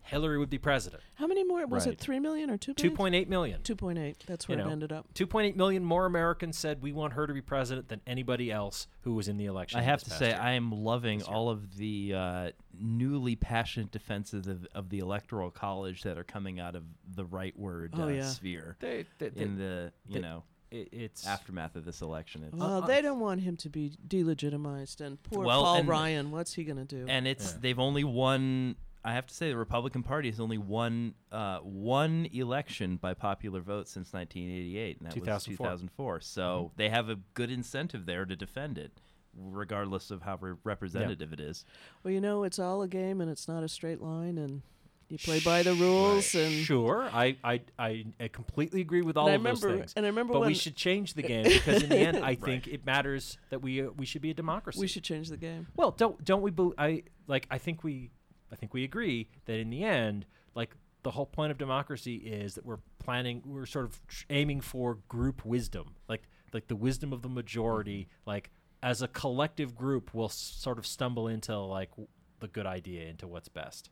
E: Hillary would be president.
F: how many more was
E: Right.
F: it? Three million or two?
E: Two point eight million.
F: Two point eight. That's where
E: you know,
F: it ended up.
E: 2.8 million more Americans said we want her to be president than anybody else who was in the election.
G: I have
E: this
G: to
E: past
G: say,
E: year.
G: I am loving all of the uh, newly passionate defenses of, of the Electoral College that are coming out of the rightward
F: Oh,
G: uh,
F: yeah.
G: sphere
E: They- they- they-
G: in the you
E: they-
G: know
E: it- it's-
G: aftermath of this election. It's,
F: Well, Uh,
E: Uh,
F: they don't want him to be delegitimized, and poor
G: Well,
F: Paul
G: and-
F: Ryan. What's he gonna do?
G: and it's they've only won. I have to say, the Republican Party has only won uh, one election by popular vote since 1988, and that was
E: 2004.
G: 2004. So they have a good incentive there to defend it, regardless of how re- representative it is.
F: well, you know, it's all a game, and it's not a straight line, and you play by the rules, and
E: Sure, I I, I, I completely agree with all
F: And I
E: of those
F: remember-
E: things.
F: and I remember
E: but we
F: when-
E: should change the game because in the end, I think it matters that we uh, we should be a democracy.
F: we should change the game.
E: Well, don't don't we? bel I like. I think we, I think we agree that in the end, like the whole point of democracy is that we're planning, we're sort of tr- aiming for group wisdom, like like the wisdom of the majority. Like as a collective group, we'll s- sort of stumble into like w- the good idea, into what's best.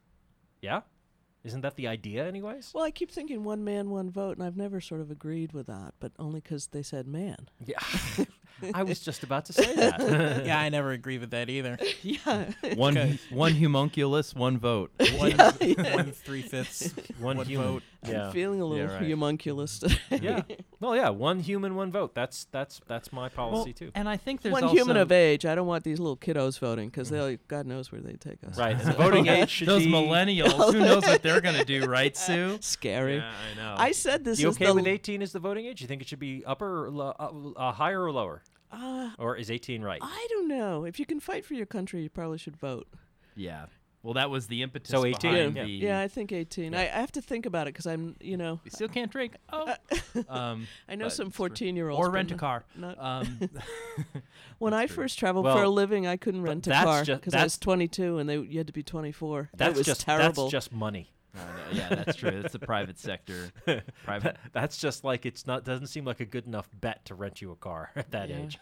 E: Yeah, isn't that the idea, anyways?
F: Well, I keep thinking one man, one vote, and I've never sort of agreed with that, but only because they said man.
E: Yeah. I was just about to say that.
H: yeah, I never agree with that either.
F: Yeah.
G: One
H: Okay.
G: one homunculus, one vote.
H: One- Yeah, yeah. one three-fifths,
E: one,
H: one
E: human.
H: vote.
F: I'm
E: Yeah.
F: feeling a little
G: right.
F: humunculus today.
E: yeah. Well, yeah. One human, one vote. That's that's that's my policy too.
G: and I think there's
F: one
G: also
F: human of age. I don't want these little kiddos voting because they'll God knows where they take us.
E: Mm. Right, and the voting age should
G: those
E: be-
G: millennials. Who knows what they're gonna do, right, Sue?
F: Scary.
G: Yeah, I know.
F: I said this
E: You
F: is
E: okay
F: the
E: with 18 as the voting age? You think it should be upper, or lo- uh, uh, higher, or lower?
F: Uh,
E: or is 18 right?
F: I don't know. If you can fight for your country, you probably should vote.
G: Yeah. Well, that was the impetus
E: So 18,
G: behind
E: yeah.
G: the.
F: Yeah, I think 18. I, I have to think about it because I'm, you know.
G: We still can't drink. Oh. um,
F: I know
G: but
F: some
G: it's for-
F: 14 year olds.
G: Or rent a car. um,
F: when I first traveled for
E: Well,
F: a living, I couldn't
E: but
F: rent a
E: that's
F: car
E: ju-
F: because I was
E: that's-
F: 22 and they you had to be 24.
E: That's
F: that was
E: just
F: terrible.
E: That's just money.
G: I know, yeah, that's true. That's the private sector. Private.
E: That's just like it's not doesn't seem like a good enough bet to rent you a car at that
F: Yeah.
E: age.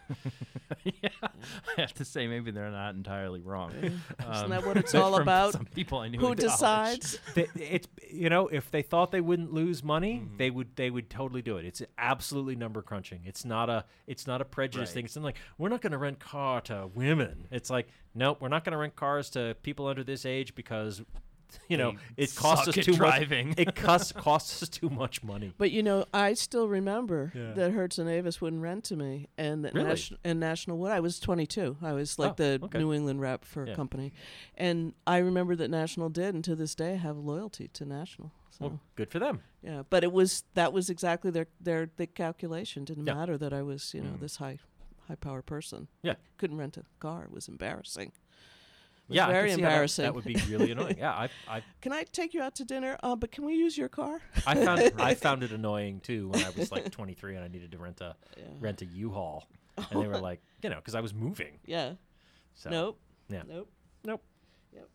G: yeah, I have to say, maybe they're not entirely wrong. Um,
F: that what it's
G: but
F: all
G: from
F: about?
G: Some people I knew.
F: Who
G: in college.
F: decides?
E: They- it's you know if they thought they wouldn't lose money,
F: Mm-hmm.
E: they would they would totally do it. It's absolutely number crunching. It's not a it's not a prejudice
G: Right.
E: thing. It's not like we're not going to rent car to women. It's like nope, we're not going to rent cars to people under this age because you know
G: They
E: it costs
G: suck
E: us
G: at
E: too
G: driving.
E: much. It costs costs us too much money.
F: But you know, I still remember
E: Yeah.
F: that Hertz and Avis wouldn't rent to me, and that
E: Really?
F: Nation- and National Wood. I was 22. I was like
E: Oh,
F: the
E: okay.
F: New England rep for
E: Yeah.
F: a company, and I remember that National did, and to this day, I have loyalty to National. So
E: Well, good for them.
F: yeah, but it was that was exactly their their the calculation. Didn't
E: Yeah. Mm.
F: matter that I was you know this high high power person.
E: Yeah.
F: couldn't rent a car. It was embarrassing. It was
E: yeah, I can
F: very
E: see how
F: embarrassing.
E: That, that would be really annoying. Yeah, I, I,
F: Can I take you out to dinner? Uh, but can we use your car?
E: I found I found it annoying too when I was like 23 and I needed to rent a
F: Yeah.
E: rent a U-Haul, and they were like, you know, because I was moving.
F: Yeah.
E: So
F: Nope.
E: Yeah.
F: Nope.
E: Nope.
F: Yep.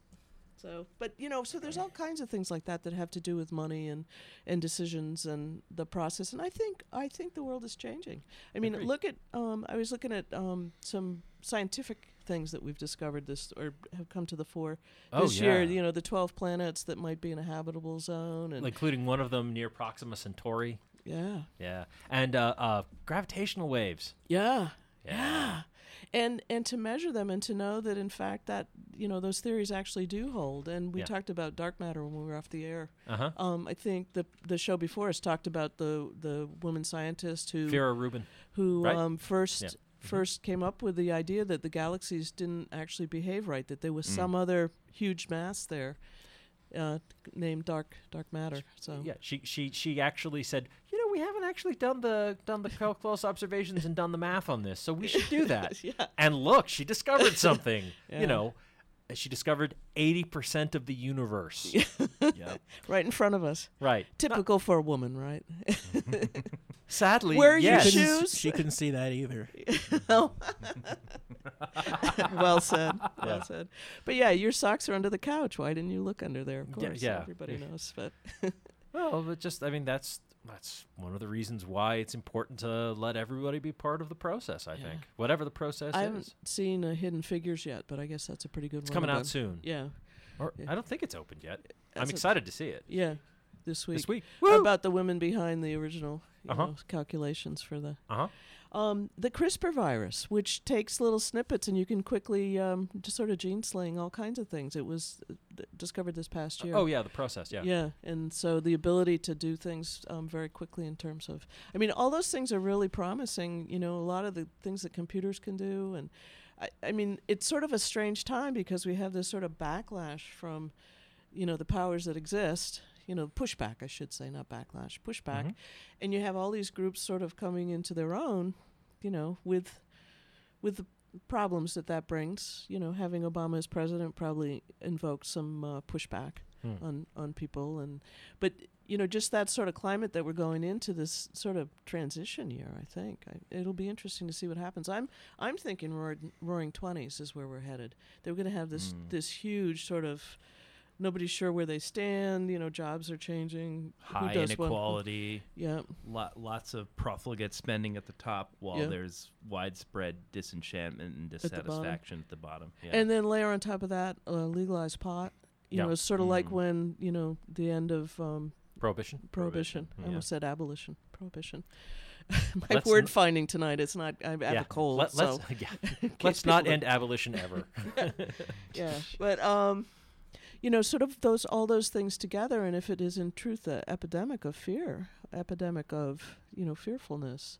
F: So, but you know, so there's all kinds of things like that that have to do with money and and decisions and the process. And I think I think the world is changing. I mean,
E: Agreed.
F: look at um, I was looking at um, some scientific things that we've discovered this or have come to the fore
E: Oh,
F: this year.
E: yeah.
F: You know, the 12 planets that might be in a habitable zone and
E: including one of them near Proxima Centauri.
F: yeah,
E: Yeah, and uh, uh, gravitational waves.
F: yeah.
E: Yeah.
F: and and to measure them and to know that in fact that you know those theories actually do hold and we
E: Yeah.
F: talked about dark matter when we were off the air
E: Uh-huh.
F: um, i think the the show before us talked about the the woman scientist who
E: Vera Rubin.
F: who
E: right?
F: um, first
E: Yeah. Mm-hmm.
F: 1st came up with the idea that the galaxies didn't actually behave right that there was
E: Mm.
F: some other huge mass there uh, named dark dark matter so
E: Yeah, she she she actually said, you know, we haven't actually done the done the cl- close observations and done the math on this, so we should do that.
F: Yeah.
E: And look, she discovered something.
F: Yeah.
E: You know, she discovered eighty percent of the universe.
G: Yep.
F: right in front of us.
E: Right.
F: Typical for a woman, right?
E: Sadly,
F: where are
E: yes.
F: your
H: She couldn't-
F: shoes?
H: she couldn't see that either.
F: Oh. well said. Well
H: Yeah.
F: said. But yeah, your socks are under the couch. Why didn't you look under there? Of
E: Yeah,
F: course,
E: yeah.
F: everybody
E: Yeah.
F: knows. But
E: Well, but just I mean that's that's one of the reasons why it's important to let everybody be part of the process. I think whatever the process
F: I
E: is,
F: haven't seen uh, Hidden Figures yet, but I guess that's a pretty good
E: it's
F: one.
E: coming out
F: about-
E: soon.
F: Yeah.
E: or
F: Yeah.
E: I don't think it's opened yet. I'm
F: That's a-
E: excited to see it.
F: Yeah, this week.
E: This week.
F: About the women behind the original you
E: Uh-huh.
F: know, calculations for the.
E: Uh huh.
F: Um, the CRISPR virus, which takes little snippets and you can quickly um, just sort of gene sling all kinds of things. It was uh, d- discovered this past year.
E: oh, yeah, the process, yeah.
F: Yeah, and so the ability to do things um, very quickly in terms of, I mean, all those things are really promising. You know, a lot of the things that computers can do, and I, I mean, it's sort of a strange time because we have this sort of backlash from, you know, the powers that exist. You know, pushback, I should say, not backlash, pushback,
E: Mhm.
F: and you have all these groups sort of coming into their own. You know, with with the problems that that brings. You know, having Obama as president probably invoked some uh, pushback
N: Hmm.
F: on on people, and but you know, just that sort of climate that we're going into this sort of transition year. I think I, it'll be interesting to see what happens. I'm I'm thinking roaring, roaring twenties is where we're headed. They're going to have this
G: Hmm.
E: Mm.
F: this huge sort of nobody's sure where they stand. You know, jobs are changing. Who
G: High
F: does what?
G: inequality.
F: Yeah.
G: Lot, lots of profligate spending at the top while
F: Yeah.
G: there's widespread disenchantment and
F: At the bottom.
G: dissatisfaction at the bottom. Yeah.
F: And then layer on top of that, uh, legalized pot. You
G: Yeah. Hmm.
F: know, it's sort of like when you know the end of um,
E: Prohibition?
F: Prohibition.
E: Prohibition,
F: I almost said abolition. Prohibition. My
E: Let's
F: word
E: n-
F: finding tonight. It's not. I have
E: Yeah.
F: a cold.
E: Let- let's-
F: so
E: yeah.
F: in
E: Let's
F: case
E: not
F: people
E: end
F: don't-
E: abolition ever.
F: yeah, but um, you know, sort of those all those things together, and if it is in truth a epidemic of fear, epidemic of you know fearfulness,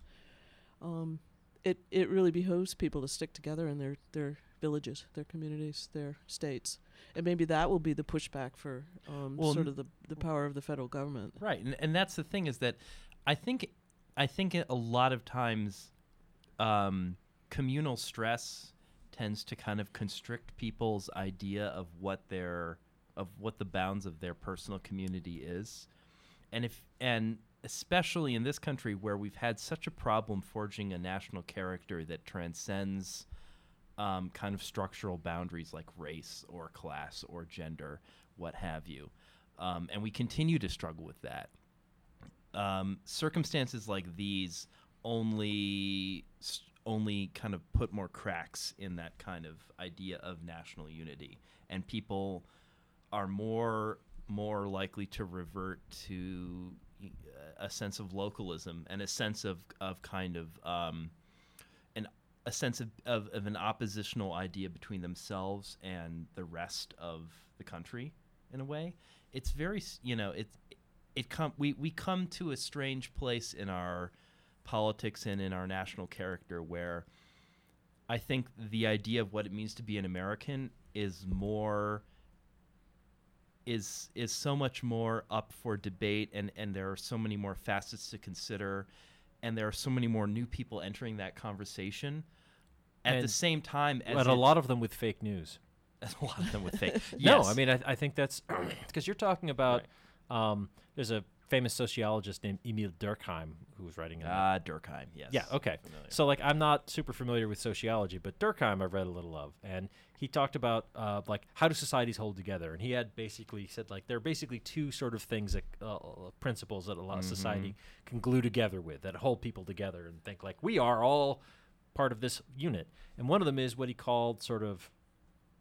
F: um, it it really behooves people to stick together in their their villages, their communities, their states, and maybe that will be the pushback for um,
G: Well,
F: sort
G: n-
F: of the the power of the federal government.
G: Right, and, and that's the thing is that I think I think a lot of times um, communal stress tends to kind of constrict people's idea of what their of what the bounds of their personal community is, and if and especially in this country where we've had such a problem forging a national character that transcends um, kind of structural boundaries like race or class or gender, what have you. Um, and we continue to struggle with that. Um, circumstances like these only s- only kind of put more cracks in that kind of idea of national unity, and people are more more likely to revert to y- a sense of localism and a sense of of kind of um, an a sense of, of, of an oppositional idea between themselves and the rest of the country in a way it's very s- you know it it come we, we come to a strange place in our politics and in our national character where i think the idea of what it means to be an american is more is is so much more up for debate and and there are so many more facets to consider and there are so many more new people entering that conversation at the
E: And-
G: same time as
E: but a
G: it's-
E: lot of them with fake news.
G: a lot of them with fake
E: No, I
G: yes.
E: mean, I, I think that's because you're talking about. Um, there's a famous sociologist named Emil Durkheim who was writing. on that.
G: Ah, Durkheim, yes.
E: Yeah. Okay.
G: Familiar.
E: So like, I'm not super familiar with sociology, but Durkheim I've read a little of, and he talked about uh, like how do societies hold together, and he had basically said like there are basically two sort of things that uh, principles that a lot of
G: Mm-hmm.
E: society can glue together with that hold people together and think like we are all part of this unit, and one of them is what he called sort of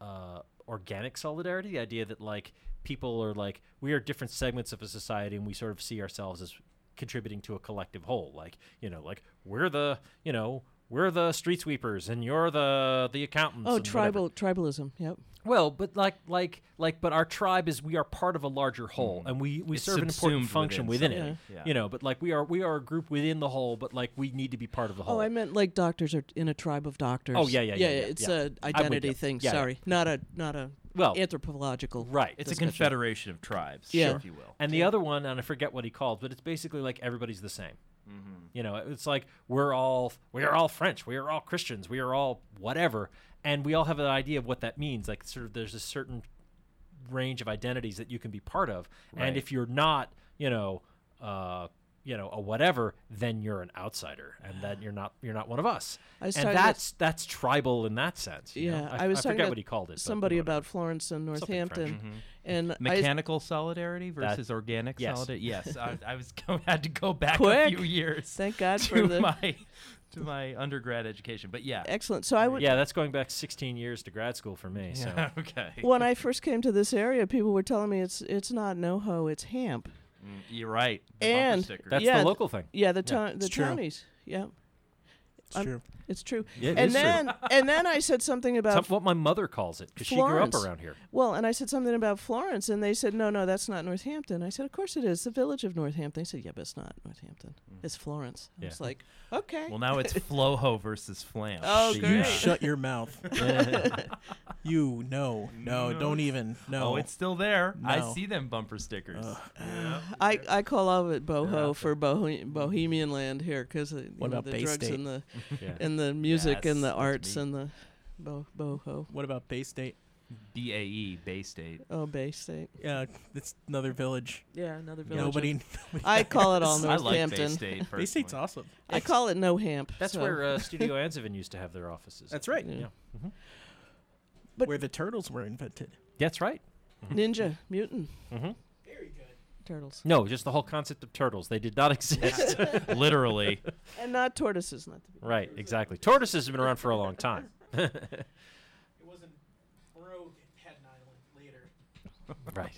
E: uh, organic solidarity, the idea that like people are like we are different segments of a society and we sort of see ourselves as contributing to a collective whole. Like you know, like we're the you know we're the street sweepers and you're the the accountants.
F: Oh,
E: and whatever.
F: tribal tribalism. Yep.
E: Well, but like like like but our tribe is we are part of a larger whole and we we
G: Mm-hmm. It's
E: serve an important
G: subsumed
E: function
G: within
E: within, it.
G: something. Yeah.
E: You know, but like we are we are a group within the whole, but like we need to be part of the whole.
F: Oh, I meant like doctors are in a tribe of doctors.
E: Oh, yeah, yeah, yeah, yeah,
F: it's
E: yeah.
F: a
E: I'm with
F: identity
E: you.
F: thing.
E: Yeah, yeah.
F: sorry, not a not a
E: Well-
F: anthropological.
E: Right.
G: it's a
F: discussion.
G: confederation of tribes
F: Yeah.
G: if you will
E: And the other one, and I forget what he called, but it's basically like everybody's the same.
G: Mm-hmm.
E: You know, it's like we're all we are all French, we are all Christians, we are all whatever, and we all have an idea of what that means. Like sort of there's a certain range of identities that you can be part of.
G: Right.
E: And if you're not, you know, uh, you know, a whatever, then you're an outsider, and then you're not you're not one of us. And
F: I was talking to-
E: that's that's tribal in that sense. you know?
F: Yeah,
E: I,
F: I was
E: I
F: talking
E: forget
F: to
E: what he called it. but
F: Somebody
E: whatever.
F: about Florence and
E: Something French.
F: Northampton,
G: Mm-hmm.
E: Mhm.
F: and
G: mechanical solidarity
E: That-
G: versus organic
E: yes.
G: solidarity. Yes, I, I was go- had to go back a
F: Quick.
G: few years.
F: Thank God
G: to
F: for the-
G: my to my undergrad education. But yeah,
F: Excellent. So I would-
E: Yeah, that's going back 16 years to grad school for me.
G: Yeah,
E: So
G: okay.
F: I, when I first came to this area, people were telling me it's it's not NoHo, it's Hamp.
G: Mm, you're right. The bumper
F: and
G: sticker.
F: yeah, th- Yeah, the
G: Yeah.
F: town, the
G: It's true.
F: townies. Yeah,
G: It's true.
F: It's true.
E: Yeah, it
F: and
E: is true.
F: then and then I said something about
E: Some- what my mother calls it because she grew up
F: Florence.
E: around here.
F: Well, and I said something about Florence, and they said, "No, no, that's not Northampton." I said, "Of course it is. The village of Northampton." They said, "Yeah, but it's not Northampton. It's Florence." I
G: Mm. Yeah.
F: was like, "Okay."
G: Well, now it's Floho versus Flam.
F: Oh,
G: See,
F: great.
G: yeah.
H: Shut your mouth. you no, no, don't even. No.
G: Oh, it's still there. I
H: No.
G: see them bumper stickers. Yeah.
F: I, I call all of it boho for boho- Bohemian land here because you
H: What
F: know,
H: about
F: the
H: Bay
F: drugs
H: State?
F: and the
H: Yeah.
F: and the music
G: Yes,
F: and the
G: that's
F: arts
G: me.
F: and the bo- boho.
H: What about Bay State?
G: B A E Bay State.
F: Oh, Bay State.
H: Yeah, it's another village.
F: Yeah, another village.
H: Nobody.
F: of-
H: nobody
F: I call it all
H: knows.
G: I like Bay
F: Northampton.
G: State
H: Bay State's awesome.
F: I call it no hamp.
E: That's
F: so-
E: where uh, Studio Anzavin used to have their offices.
H: That's right.
E: Yeah.
H: Where the turtles were invented.
E: That's right.
F: Ninja mutant.
E: Mhm.
F: Very good. Turtles.
E: No, just the whole concept of turtles. They did not exist.
G: Literally.
F: And not tortoises, not to be.
E: Right, exactly. Tortoises have been around for a long time. right.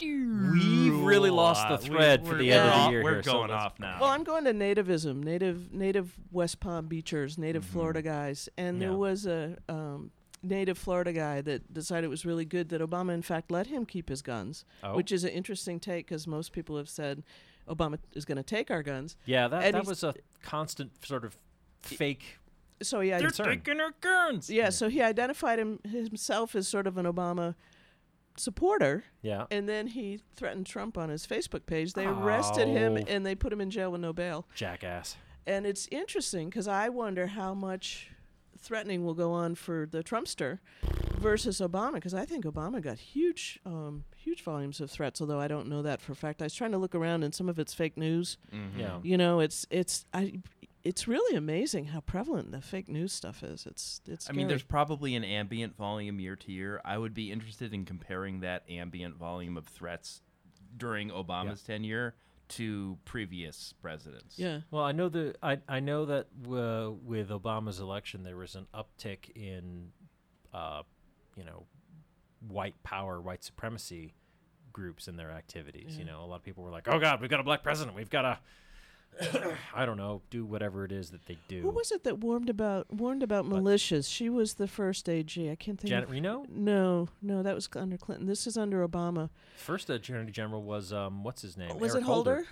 E: we really lost the
G: We-
E: thread for
G: we're-
E: the end
G: we're
E: of the
G: off-
E: year.
G: we're
E: here, so
G: going
E: let's-
G: off now.
F: Well, I'm going to nativism, native, native West Palm Beachers, native
E: Mm-hmm.
F: Florida guys, and
G: Yeah.
F: there was a um, native Florida guy that decided it was really good that Obama, in fact, let him keep his guns,
E: Oh.
F: which is an interesting take because most people have said Obama is going to take our guns.
E: Yeah, that,
F: And
E: that
F: he's-
E: was a constant sort of fake.
F: so yeah,
E: They're concern. taking
F: our guns. Yeah, so he identified him himself as sort of an Obama supporter.
E: Yeah.
F: And then he threatened Trump on his Facebook page. They arrested him
E: Oh.
F: and they put him in jail with no bail.
E: Jackass.
F: And it's interesting because I wonder how much threatening will go on for the Trumpster versus Obama because I think Obama got huge, um, huge volumes of threats. Although I don't know that for a fact. I was trying to look around and some of it's fake news.
G: Mhm. Yeah.
F: You know, it's it's I. It's really amazing how prevalent the fake news stuff is. It's it's.
G: I mean,
F: scary.
G: there's probably an ambient volume year to year. I would be interested in comparing that ambient volume of threats during Obama's tenure to previous presidents.
F: Yeah.
E: Well, I know the I, I know that uh, with Obama's election there was an uptick in, uh, you know, white power, white supremacy groups and their activities. You
G: Yeah.
E: know, a lot of people were like, "Oh God, we've got a black president. We've got to, I don't know, do whatever it is that they do."
F: Who was it that warned about warned about militias? She was the first AG. I can't think.
E: Janet
F: of,
E: Reno?
F: No, no, that was under Clinton. This is under Obama.
E: First Attorney General was um, what's his name?
F: was
E: Eric
F: it Holder?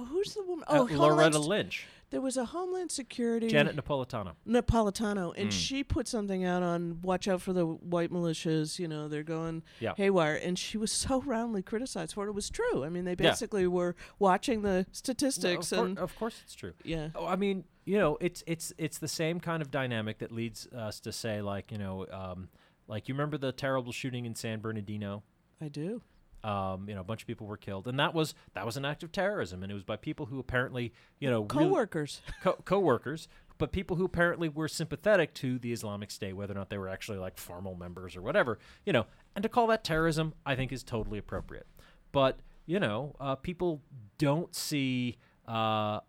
F: Oh, who's the woman? Oh,
E: Uh,
F: Homeland
E: Loretta
F: Sec-
E: Lynch.
F: There was a Homeland Security.
E: Janet Napolitano.
F: Napolitano, and
E: Mm.
F: she put something out on "Watch out for the white militias." You know, they're going
E: Yeah.
F: haywire, and she was so roundly criticized for it. It was true. I mean, they
E: Yeah.
F: basically were watching the statistics,
E: Well, of,
F: and
E: cour- of course it's true.
F: Yeah.
E: Oh, I mean, you know, it's it's it's the same kind of dynamic that leads us to say, like, you know, um, like you remember the terrible shooting in San Bernardino.
F: I do.
E: Um, you know, a bunch of people were killed, and that was that was an act of terrorism, and it was by people who apparently, you know, really-
F: Coworkers.
E: co- coworkers, but people who apparently were sympathetic to the Islamic State, whether or not they were actually like formal members or whatever, you know. And to call that terrorism, I think, is totally appropriate. But you know, uh, people don't see uh,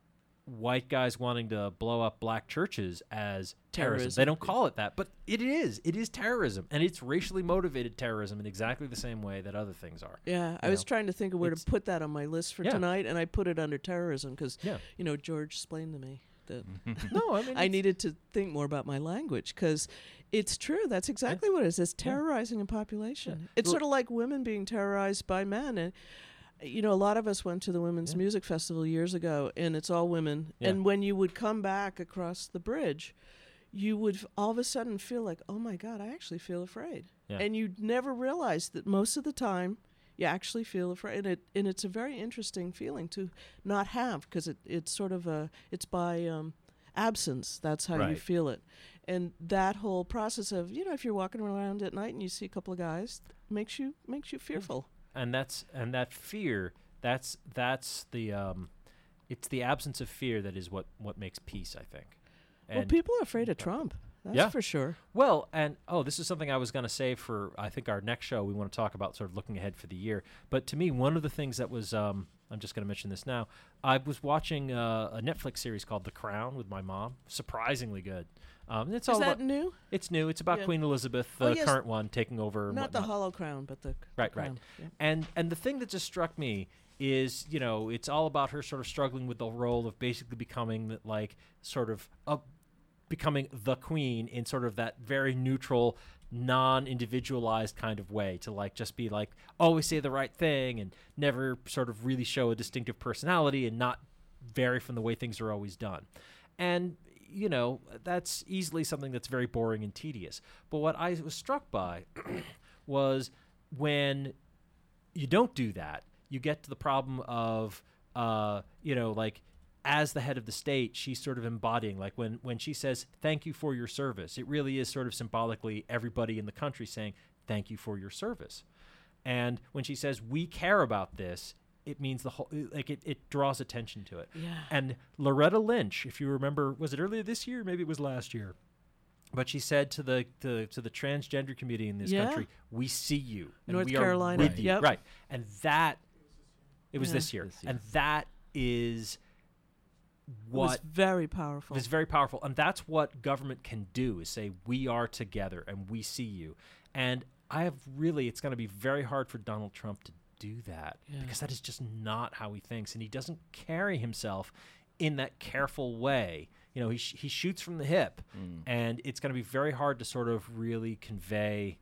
E: white guys wanting to blow up black churches as terrorism.
F: Terrorism.
E: They don't call it that, but it is. It is terrorism, and it's racially motivated terrorism in exactly the same way that other things are.
F: Yeah, I
E: you
F: was
E: know?
F: trying to think of where
E: It's-
F: to put that on my list for
E: Yeah.
F: tonight, and I put it under terrorism because,
E: Yeah.
F: you know, George explained to me that
E: No, I mean,
F: I
E: it's-
F: needed to think more about my language because it's true. That's exactly what it is. It's terrorizing a population. It's
E: Well-
F: sort of like women being terrorized by men. And, you know, a lot of us went to the Women's Music Festival years ago, and it's all women.
E: Yeah.
F: And when you would come back across the bridge, you would f- all of a sudden feel like, oh my God, I actually feel afraid.
E: Yeah.
F: And you never realize that most of the time you actually feel afraid. And, it, and it's a very interesting feeling to not have because it, it's sort of a, it's by um, absence. That's how you
G: Right.
F: feel it. And that whole process of, you know, if you're walking around at night and you see a couple of guys, makes you makes
E: Mm.
F: you fearful.
E: and that's and that fear that's that's the um it's the absence of fear that is what what makes peace i think
F: well,
E: And- uh,
F: people are afraid of Trump. That's
E: yeah.
F: for sure.
E: Well, and oh, this is something I was going to say for I think our next show. We want to talk about sort of looking ahead for the year. But to me, one of the things that was um, I'm just going to mention this now. I was watching uh, a Netflix series called The Crown with my mom. Surprisingly good. Um, and it's
F: Is
E: all
F: that
E: about-
F: new?
E: It's new. It's about
F: Yeah.
E: Queen Elizabeth, the
F: Oh, yes.
E: current one, taking over. and
F: Not the
E: whatnot
F: hollow crown, but the
E: right right
F: crown, yeah.
E: and and the thing that just struck me is you know it's all about her sort of struggling with the role of basically becoming the- like sort of up becoming the queen in sort of that very neutral non-individualized kind of way to like just be like always say the right thing and never sort of really show a distinctive personality and not vary from the way things are always done and you know that's easily something that's very boring and tedious but what i was struck by was when you don't do that, you get to the problem of, uh, you know, like as the head of the state, she's sort of embodying, like when, when she says, thank you for your service, it really is sort of symbolically everybody in the country saying, thank you for your service. And when she says, we care about this, it means the whole, like it, it draws attention to it.
N: Yeah.
E: And Loretta Lynch, if you remember, was it earlier this year? Maybe it was last year. But she said to the to, to the transgender community in this
F: Yeah.
E: country, "We see you, and
F: North
E: we
F: Carolina,
E: are with you."
F: yep.
E: Right, and that it was
F: Yeah.
E: this, year.
F: This
E: and that is
F: was
E: what
F: very powerful.
E: It's very powerful, and that's what government can do: is say, "We are together, and we see you." And I have really, it's going to be very hard for Donald Trump to do that
N: Yeah.
E: because that is just not how he thinks, and he doesn't carry himself in that careful way. You know, he sh- he shoots from the hip,
N: Mm.
E: and it's going to be very hard to sort of really convey.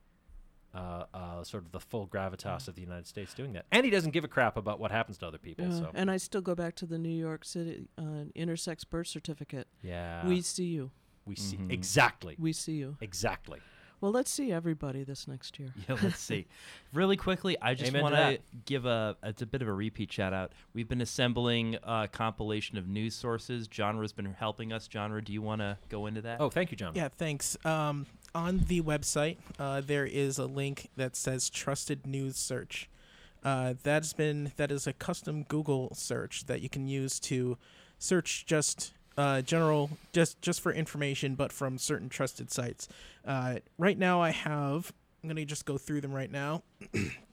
E: Uh, uh, sort of the full gravitas of the United States doing that, and he doesn't give a crap about what happens to other people.
F: Yeah,
E: So
F: And I still go back to the New York City uh, intersex birth certificate.
E: Yeah.
F: We Mm-hmm. see you.
E: We see- Mhm. exactly.
F: We see you.
E: Exactly.
F: Well, let's see everybody this next year.
G: Yeah, let's see. Really quickly, I just
E: Amen to
G: want to
E: that.
G: give a it's a bit of a repeat shout out. We've been assembling a compilation of news sources. Genre's been helping us. Genre, do you want to go into that?
E: Oh, thank you, John.
H: Yeah, thanks. Um, on the website, uh, there is a link that says "Trusted News Search." Uh, that's been that is a custom Google search that you can use to search just uh, general just just for information, but from certain trusted sites. Uh, right now, I have. I'm gonna just go through them right now.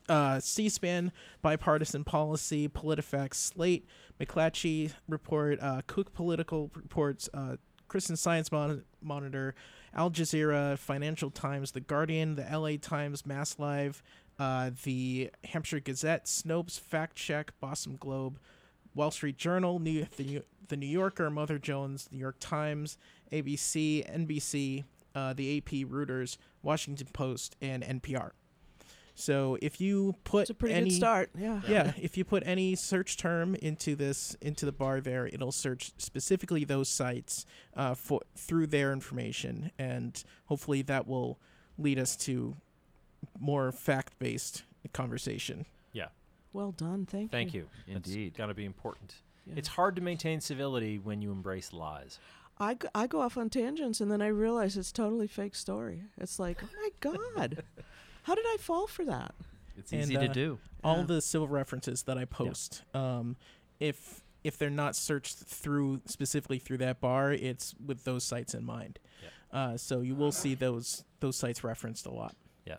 H: uh, C-SPAN, Bipartisan Policy, PolitiFact, Slate, McClatchy Report, uh, Cook Political Reports, uh, Christian Science Mon- Monitor, Al Jazeera, Financial Times, The Guardian, The LA Times, Mass Live, uh, The Hampshire Gazette, Snopes, Fact Check, Boston Globe, Wall Street Journal, New the, New- the New Yorker, Mother Jones, New York Times, ABC, NBC, uh, the AP, Reuters, Washington Post, and NPR. So if you put
F: It's a pretty good
H: any,
F: start, yeah.
H: yeah, if you put any search term into this into the bar there, it'll search specifically those sites uh, for through their information, and hopefully that will lead us to more fact based conversation.
E: yeah.
F: Well done. Thank,
E: Thank
F: you.
E: you. Indeed. Got to be important.
F: Yeah.
E: It's hard to maintain civility when you embrace lies.
F: I, g- I go off on tangents and then I realize it's totally fake story. It's like, oh my God, how did I fall for that?
H: And, uh, All the civil references that I post, um, if if they're not searched through specifically through that bar, it's with those sites in mind. Uh, so you will see those those sites referenced a lot.
E: Yeah.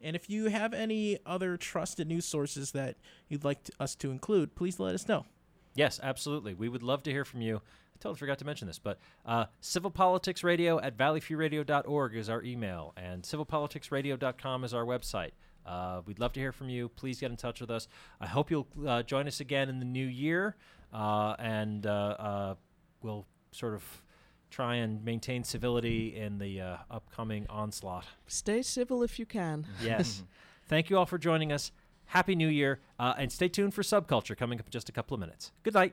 H: And if you have any other trusted news sources that you'd like to, us to include, please let us know.
E: Yes, absolutely. We would love to hear from you. I totally forgot to mention this, but uh, civilpoliticsradio at valleyfreeradio.org is our email, and civilpoliticsradio.com is our website. Uh, we'd love to hear from you. Please get in touch with us. I hope you'll uh, join us again in the new year, uh, and uh, uh, we'll sort of try and maintain civility in the uh, upcoming onslaught.
F: Stay civil if you can.
E: Yes. Thank you all for joining us. Happy New Year, uh, and stay tuned for Subculture coming up in just a couple of minutes. Good night.